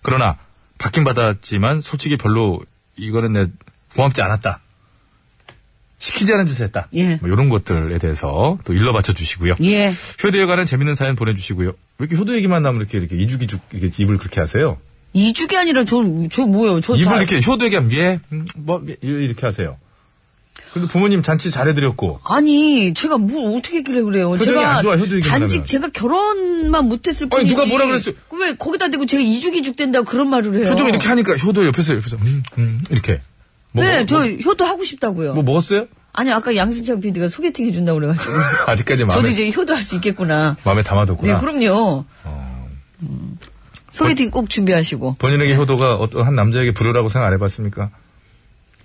Speaker 2: 그러나 받긴 받았지만 솔직히 별로 이거는 내 고맙지 않았다. 시키지 않은 짓을 했다.
Speaker 11: 예.
Speaker 2: 뭐 이런 것들에 대해서 또 일러 바쳐 주시고요.
Speaker 11: 예.
Speaker 2: 효도에 관한 재밌는 사연 보내주시고요. 왜 이렇게 효도 얘기만 나면 이렇게 이렇게 이죽이죽 이렇게 입을 그렇게 하세요?
Speaker 11: 이죽이 아니라 저, 저 뭐예요? 저
Speaker 2: 입을
Speaker 11: 그 잘-
Speaker 2: 이렇게 효도 얘기하면 예, 음, 뭐 예, 이렇게 하세요. 근데 부모님 잔치 잘해드렸고 그
Speaker 11: 아니, 제가 뭘 어떻게 했길래 그래요?
Speaker 2: 효도형이
Speaker 11: 제가
Speaker 2: 안 좋아, 효도형이
Speaker 11: 단지
Speaker 2: 그러면.
Speaker 11: 제가 결혼만 못했을 뿐이지.
Speaker 2: 아니, 누가 뭐라 그랬어요?
Speaker 11: 왜 거기다 대고 제가 이죽이죽 된다고 그런 말을 해요?
Speaker 2: 효도 이렇게 하니까 효도 옆에서 옆에서 음, 음, 이렇게 뭐,
Speaker 11: 네,
Speaker 2: 먹-
Speaker 11: 저
Speaker 2: 뭐,
Speaker 11: 효도 하고 싶다고요.
Speaker 2: 뭐 먹었어요?
Speaker 11: 아니, 아까 양승창 PD가 소개팅 해준다고 그래가지고.
Speaker 2: 아직까지 네. 아.
Speaker 11: 저도 네,
Speaker 2: 마음에
Speaker 3: 네,
Speaker 11: 이제 효도할 수 있겠구나.
Speaker 2: 마음에 담아뒀구나.
Speaker 11: 네, 그럼요. 소개팅 꼭 준비하시고.
Speaker 2: 본인에게 효도가 어떤 한 남자에게 불효라고 생각 안 해봤습니까?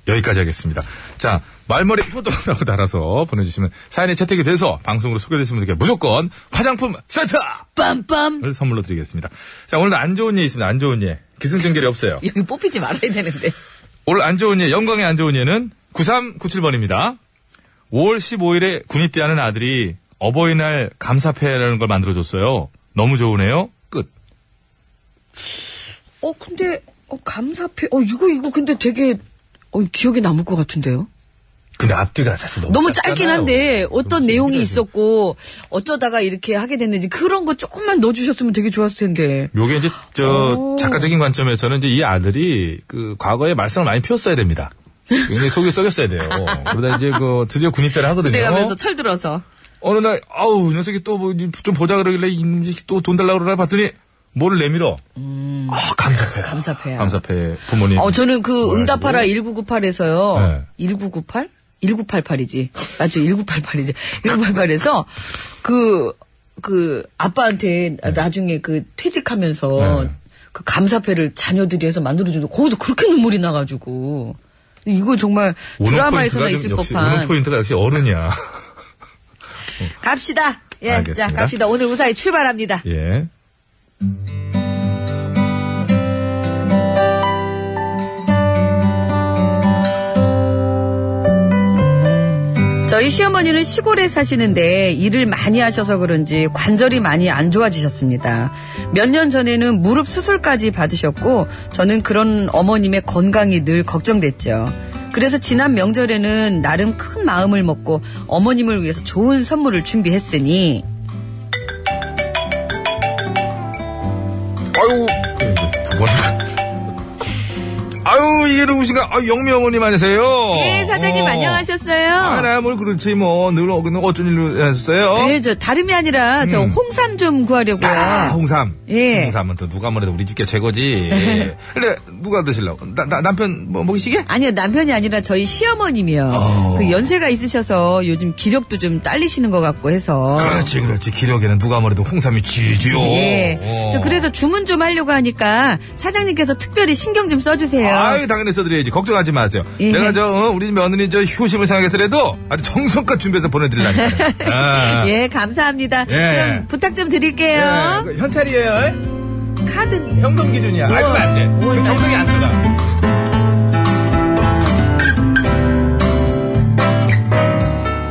Speaker 2: 여기까지 하겠습니다. 자, 말머리 효도라고 달아서 보내주시면 사연이 채택이 돼서 방송으로 소개되신 분들께 무조건 화장품 세트! 빰빰!을 선물로 드리겠습니다. 자, 오늘도 안 좋은 예 있습니다. 안 좋은 예. 기승전결이 없어요.
Speaker 11: 여기 뽑히지 말아야 되는데.
Speaker 2: 오늘 안 좋은 예, 영광의 안 좋은 예는 9397번입니다. 5월 15일에 군입대하는 아들이 어버이날 감사패라는 걸 만들어줬어요. 너무 좋으네요. 끝.
Speaker 3: 어, 근데, 어, 감사패, 어, 이거, 이거 근데 되게, 어, 기억에 남을 것 같은데요?
Speaker 2: 근데 앞뒤가 사실 너무,
Speaker 11: 너무
Speaker 2: 짧잖아요.
Speaker 11: 짧긴 한데 어떤
Speaker 2: 너무
Speaker 11: 내용이
Speaker 2: 길어서.
Speaker 11: 있었고 어쩌다가 이렇게 하게 됐는지 그런 거 조금만 넣어주셨으면 되게 좋았을 텐데.
Speaker 2: 요게 이제 저
Speaker 11: 오.
Speaker 2: 작가적인 관점에서는 이제 이 아들이 그 과거에 말썽을 많이 피웠어야 됩니다. 굉장히 속이 썩였어야 돼요. 그러다 이제 그 드디어 군입대를 하거든요.
Speaker 11: 내가면서 철들어서.
Speaker 2: 어느 날 아우 이 녀석이 또 뭐 좀 보자 그러길래 이 녀석이 또 돈 달라고 그러나 봤더니 뭐를 내밀어. 아 감사패.
Speaker 11: 음. 감사패야.
Speaker 2: 감사패 부모님.
Speaker 11: 어, 저는 그
Speaker 2: 네. 뭐야, 네.
Speaker 11: 응답하라
Speaker 2: 저거?
Speaker 11: 1998에서요. 1998? 1988이지. 맞죠? 1988이지. 1988에서 그, 그 아빠한테
Speaker 2: 네.
Speaker 11: 나- 나중에 그 퇴직하면서 그 감사패를 자녀들이 해서 만들어주는데 거기서 그렇게 눈물이 나가지고. 이거 정말
Speaker 2: 오는 포인트가
Speaker 11: 드라마에서나
Speaker 2: 좀
Speaker 11: 있을
Speaker 2: 역시 오는
Speaker 11: 법한.
Speaker 2: 포인트가 역시 어른이야.
Speaker 11: 갑시다.
Speaker 2: 예, 자, 알겠습니다. 갑시다.
Speaker 11: 오늘 우사히 출발합니다.
Speaker 2: 예.
Speaker 3: 저희 시어머니는 시골에 사시는데 일을 많이 하셔서 그런지 관절이 많이 안 좋아지셨습니다. 몇 년 전에는 무릎 수술까지 받으셨고 저는 그런 어머님의 건강이 늘 걱정됐죠. 그래서 지난 명절에는 나름 큰 마음을 먹고 어머님을 위해서 좋은 선물을 준비했으니
Speaker 2: 아유 두번 아유 이게 누구신가? 아 영미 어머님 아니세요?
Speaker 3: 예, 사장님
Speaker 2: 어.
Speaker 3: 안녕하셨어요?
Speaker 2: 아나 뭘 그렇지 뭐늘 어쩐 일로 하셨어요?
Speaker 3: 네, 저 다름이 아니라 저
Speaker 2: 음.
Speaker 3: 홍삼 좀 구하려고요.
Speaker 2: 아, 홍삼.
Speaker 3: 예.
Speaker 2: 홍삼은 또 누가 뭐래도 우리 집게 제거지. 예. 그래, 누가 드실라고? 나, 나- 남편 뭐 먹이시게?
Speaker 3: 아니요, 남편이 아니라 저희 시어머님이요.
Speaker 2: 어.
Speaker 3: 그 연세가 있으셔서 요즘 기력도 좀 딸리시는 것 같고 해서.
Speaker 2: 그렇지, 그렇지. 기력에는 누가 뭐래도 홍삼이 지지요.
Speaker 3: 예.
Speaker 2: 어.
Speaker 3: 저 그래서 주문 좀 하려고 하니까 사장님께서 특별히 신경 좀 써주세요.
Speaker 2: 아유, 당연히 써드려야지. 걱정하지 마세요.
Speaker 3: 예.
Speaker 2: 내가 저, 어, 우리 며느리 저 효심을 생각해서라도 아주 정성껏 준비해서 보내드리려니까. 아.
Speaker 3: 예, 감사합니다.
Speaker 2: 예.
Speaker 3: 그럼 부탁 좀 드릴게요.
Speaker 1: 어?
Speaker 2: 예, 그 현찰이에요.
Speaker 3: 카드.
Speaker 2: 현금 기준이야.
Speaker 1: 뭐?
Speaker 3: 우와.
Speaker 2: 알고 안 돼.
Speaker 3: 우와.
Speaker 2: 그 정성이 안 들어가.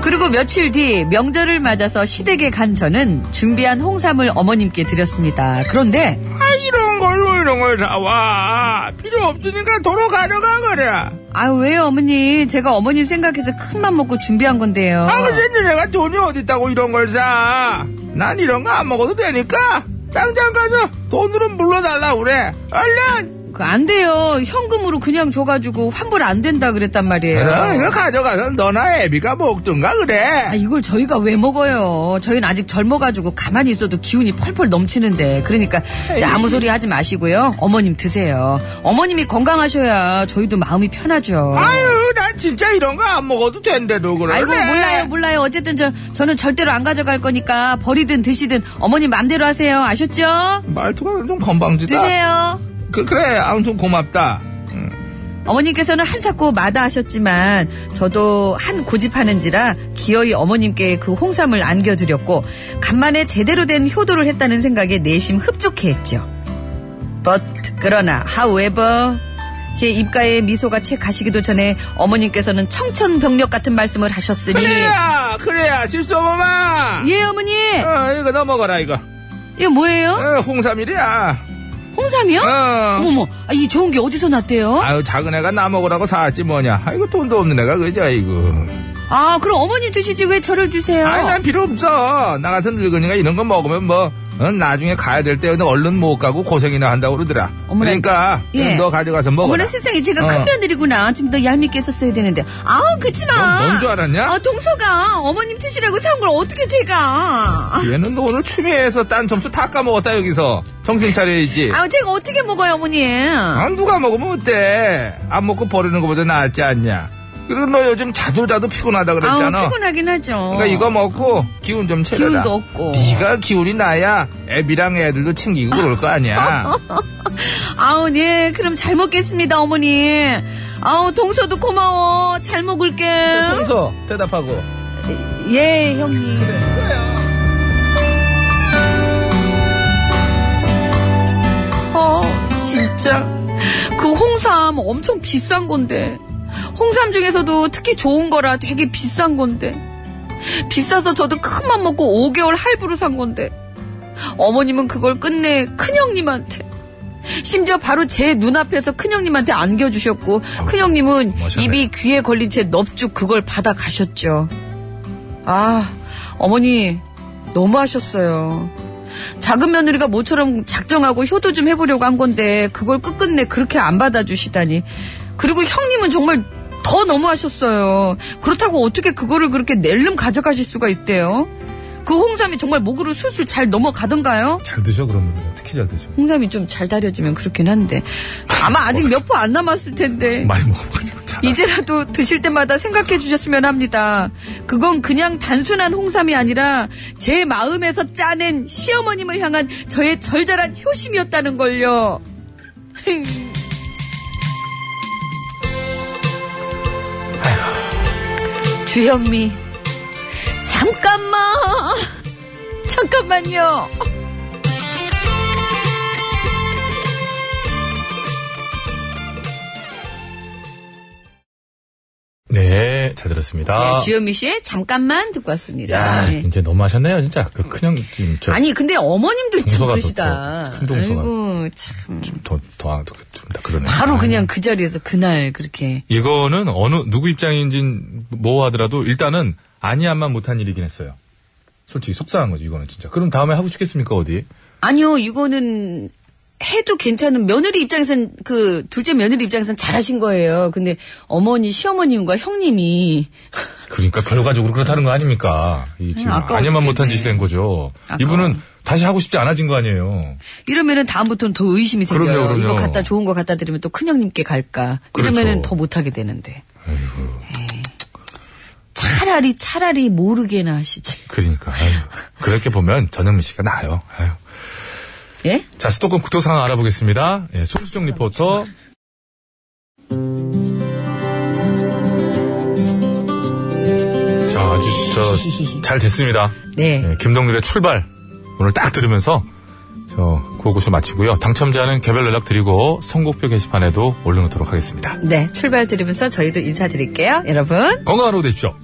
Speaker 3: 그리고 며칠 뒤 명절을 맞아서 시댁에 간 저는 준비한 홍삼을 어머님께 드렸습니다. 그런데
Speaker 1: 아, 이런 걸로 이런 걸 사와. 필요 없으니까 도로 가려가, 그래.
Speaker 2: 어.
Speaker 3: 아 왜요 어머니? 제가 어머님 생각해서 큰맘 먹고 준비한 건데요.
Speaker 1: 아, 근데 니네가 돈이 어딨다고 이런 걸 사. 난 이런 거 안 먹어도 되니까. 당장 가서 돈으로 물러달라, 그래. 얼른!
Speaker 3: 그 안 돼요. 현금으로 그냥 줘가지고 환불 안 된다 그랬단 말이에요.
Speaker 1: 그럼 어, 이거 가져가서 너나 애비가 먹든가, 그래.
Speaker 3: 아, 이걸 저희가 왜 먹어요? 저희는 아직 젊어가지고 가만히 있어도 기운이 펄펄 넘치는데. 그러니까 자, 아무 소리 하지 마시고요. 어머님 드세요. 어머님이 건강하셔야 저희도 마음이 편하죠.
Speaker 1: 아유, 난 진짜 이런 거 안 먹어도 된대도 그래.
Speaker 3: 아이고 몰라요 몰라요 어쨌든 저 저는 절대로 안 가져갈 거니까 버리든 드시든 어머님 맘대로 하세요 아셨죠?
Speaker 1: 말투가 좀 건방지다.
Speaker 3: 드세요
Speaker 1: 그, 그래, 아무튼 고맙다.
Speaker 3: 어머님께서는 한사코 마다하셨지만 저도 한 고집하는지라 기어이 어머님께 그 홍삼을 안겨드렸고 간만에 제대로 된 효도를 했다는 생각에 내심 흡족해했죠. But 그러나 however 제 입가에 미소가 채 가시기도 전에 어머님께서는 청천벽력 같은 말씀을
Speaker 2: 네.
Speaker 3: 하셨으니
Speaker 1: 그래야, 그래야, 실수 엄마.
Speaker 3: 예 어머니
Speaker 1: 어, 이거 너 먹어라, 이거.
Speaker 3: 이거 뭐예요?
Speaker 1: 어, 홍삼이야.
Speaker 3: 홍삼이요?
Speaker 1: 어.
Speaker 3: 어머머, 아, 이 좋은 게 어디서 났대요?
Speaker 1: 아유, 작은 애가 나 먹으라고 사왔지 뭐냐. 아이고, 돈도 없는 애가, 그죠, 이거.
Speaker 3: 아, 그럼 어머님 드시지 왜 저를 주세요?
Speaker 1: 아이, 난 필요 없어. 나 같은 늙은이가 이런 거 먹으면 뭐, 어, 나중에 가야 될 때 얼른 못 가고 고생이나 한다고 그러더라.
Speaker 3: 어머나.
Speaker 1: 그러니까,
Speaker 3: 예.
Speaker 1: 너 가져가서 먹어.
Speaker 3: 어머나 세상에 제가
Speaker 1: 어.
Speaker 3: 큰 며느리구나. 좀 더 얄밉게 썼어야 되는데. 아, 그치 마.
Speaker 1: 넌 뭔줄 알았냐?
Speaker 11: 어.
Speaker 3: 아, 동서가 어머님 드시라고 사온 걸 어떻게 제가?
Speaker 1: 얘는 너 오늘 추미애에서 딴 점수 다 까먹었다, 여기서. 정신 차려야지.
Speaker 3: 아, 제가 어떻게 먹어요, 어머니?
Speaker 1: 아, 누가 먹으면 어때? 안 먹고 버리는 것보다 낫지 않냐? 그리고 너 요즘 자도 자도 피곤하다 그랬잖아.
Speaker 11: 아우, 피곤하긴 하죠.
Speaker 1: 그러니까 이거 먹고 기운 좀 차려라.
Speaker 11: 기운도 없고.
Speaker 1: 네가 기운이 나야 애비랑 애들도 챙기고 그럴 거 아니야.
Speaker 3: 아우, 네. 그럼 잘 먹겠습니다, 어머니. 아우, 동서도 고마워. 잘 먹을게.
Speaker 1: 동서, 대답하고.
Speaker 3: 예, 형님. 아, 진짜. 그 홍삼 엄청 비싼 건데. 홍삼 중에서도 특히 좋은 거라 되게 비싼 건데. 비싸서 저도 큰 맘 먹고 5개월 할부로 산 건데. 어머님은 그걸 끝내 큰형님한테. 심지어 바로 제 눈앞에서 큰형님한테 안겨주셨고, 큰형님은
Speaker 11: 멋있네.
Speaker 3: 입이 귀에 걸린 채 넙죽 그걸 받아 가셨죠. 아, 어머니, 너무하셨어요. 작은 며느리가 모처럼 작정하고 효도 좀 해보려고 한 건데, 그걸 끝끝내 그렇게 안 받아주시다니. 그리고 형님은 정말 더 너무하셨어요. 그렇다고 어떻게 그거를 그렇게 낼름 가져가실 수가 있대요? 그 홍삼이 정말 목으로 술술 잘 넘어가던가요?
Speaker 2: 잘 드셔 그런 분들은 특히 잘 드셔.
Speaker 3: 홍삼이 좀 잘 다려지면 그렇긴 한데 아마 아직 몇 포 안 남았을 텐데
Speaker 2: 많이 먹어가지고 잘.
Speaker 3: 이제라도 드실 때마다 생각해 주셨으면 합니다. 그건 그냥 단순한 홍삼이 아니라 제 마음에서 짜낸 시어머님을 향한 저의 절절한 효심이었다는 걸요. 주현미 잠깐만 잠깐만요.
Speaker 2: 네, 잘 들었습니다.
Speaker 3: 네, 주현미 씨의 잠깐만 듣고 왔습니다.
Speaker 11: 아,
Speaker 2: 야,
Speaker 3: 네.
Speaker 2: 진짜 너무하셨네요, 진짜. 그 큰형 지금 저
Speaker 3: 아니 근데 어머님도 참
Speaker 2: 동서가
Speaker 3: 그러시다.
Speaker 2: 더- 큰 동서가
Speaker 3: 아이고 참
Speaker 2: 더, 더, 더, 좀다 그러네. 아,
Speaker 11: 바로 그냥 그 자리에서 그날 그렇게.
Speaker 2: 이거는 어느 누구 입장인진 뭐 하더라도 일단은 아니야만 못한 일이긴 했어요. 솔직히 속상한 거죠, 이거는 진짜. 그럼 다음에 하고 싶겠습니까, 어디?
Speaker 11: 아니요, 이거는 해도 괜찮은 며느리 입장에선 그 둘째 며느리 입장에선 잘하신 거예요. 근데 어머니, 시어머님과 형님이
Speaker 2: 그러니까 결과적으로 그렇다는 거 아닙니까? 이 지금
Speaker 11: 음, 아까워
Speaker 2: 아니야만 못한
Speaker 11: 죽겠네.
Speaker 2: 짓이 된 거죠.
Speaker 11: 아까워.
Speaker 2: 이분은 다시 하고 싶지 않아진 거 아니에요.
Speaker 11: 이러면은 다음부터는 더 의심이 생겨요.
Speaker 2: 그럼요, 그럼요.
Speaker 11: 이거 갖다 좋은 거 갖다 드리면 또 큰형님께 갈까.
Speaker 2: 그렇죠.
Speaker 11: 이러면은 더 못하게 되는데. 에이. 차라리 차라리 모르게나 하시지.
Speaker 2: 그러니까. 아유, 그렇게 보면 전현민 씨가 나아요. 아유.
Speaker 11: 예?
Speaker 2: 자, 수도권 국토 상황 알아보겠습니다. 예, 송수정 리포터. 자, 아주 저, 잘 됐습니다.
Speaker 11: 네.
Speaker 2: 예, 김동률의 출발. 오늘 딱 들으면서 저 구호고쇼 마치고요. 당첨자는 개별 연락 드리고 선곡표 게시판에도 올려놓도록 하겠습니다.
Speaker 11: 네, 출발 드리면서 저희도 인사드릴게요, 여러분.
Speaker 2: 건강한 오후 되십시오.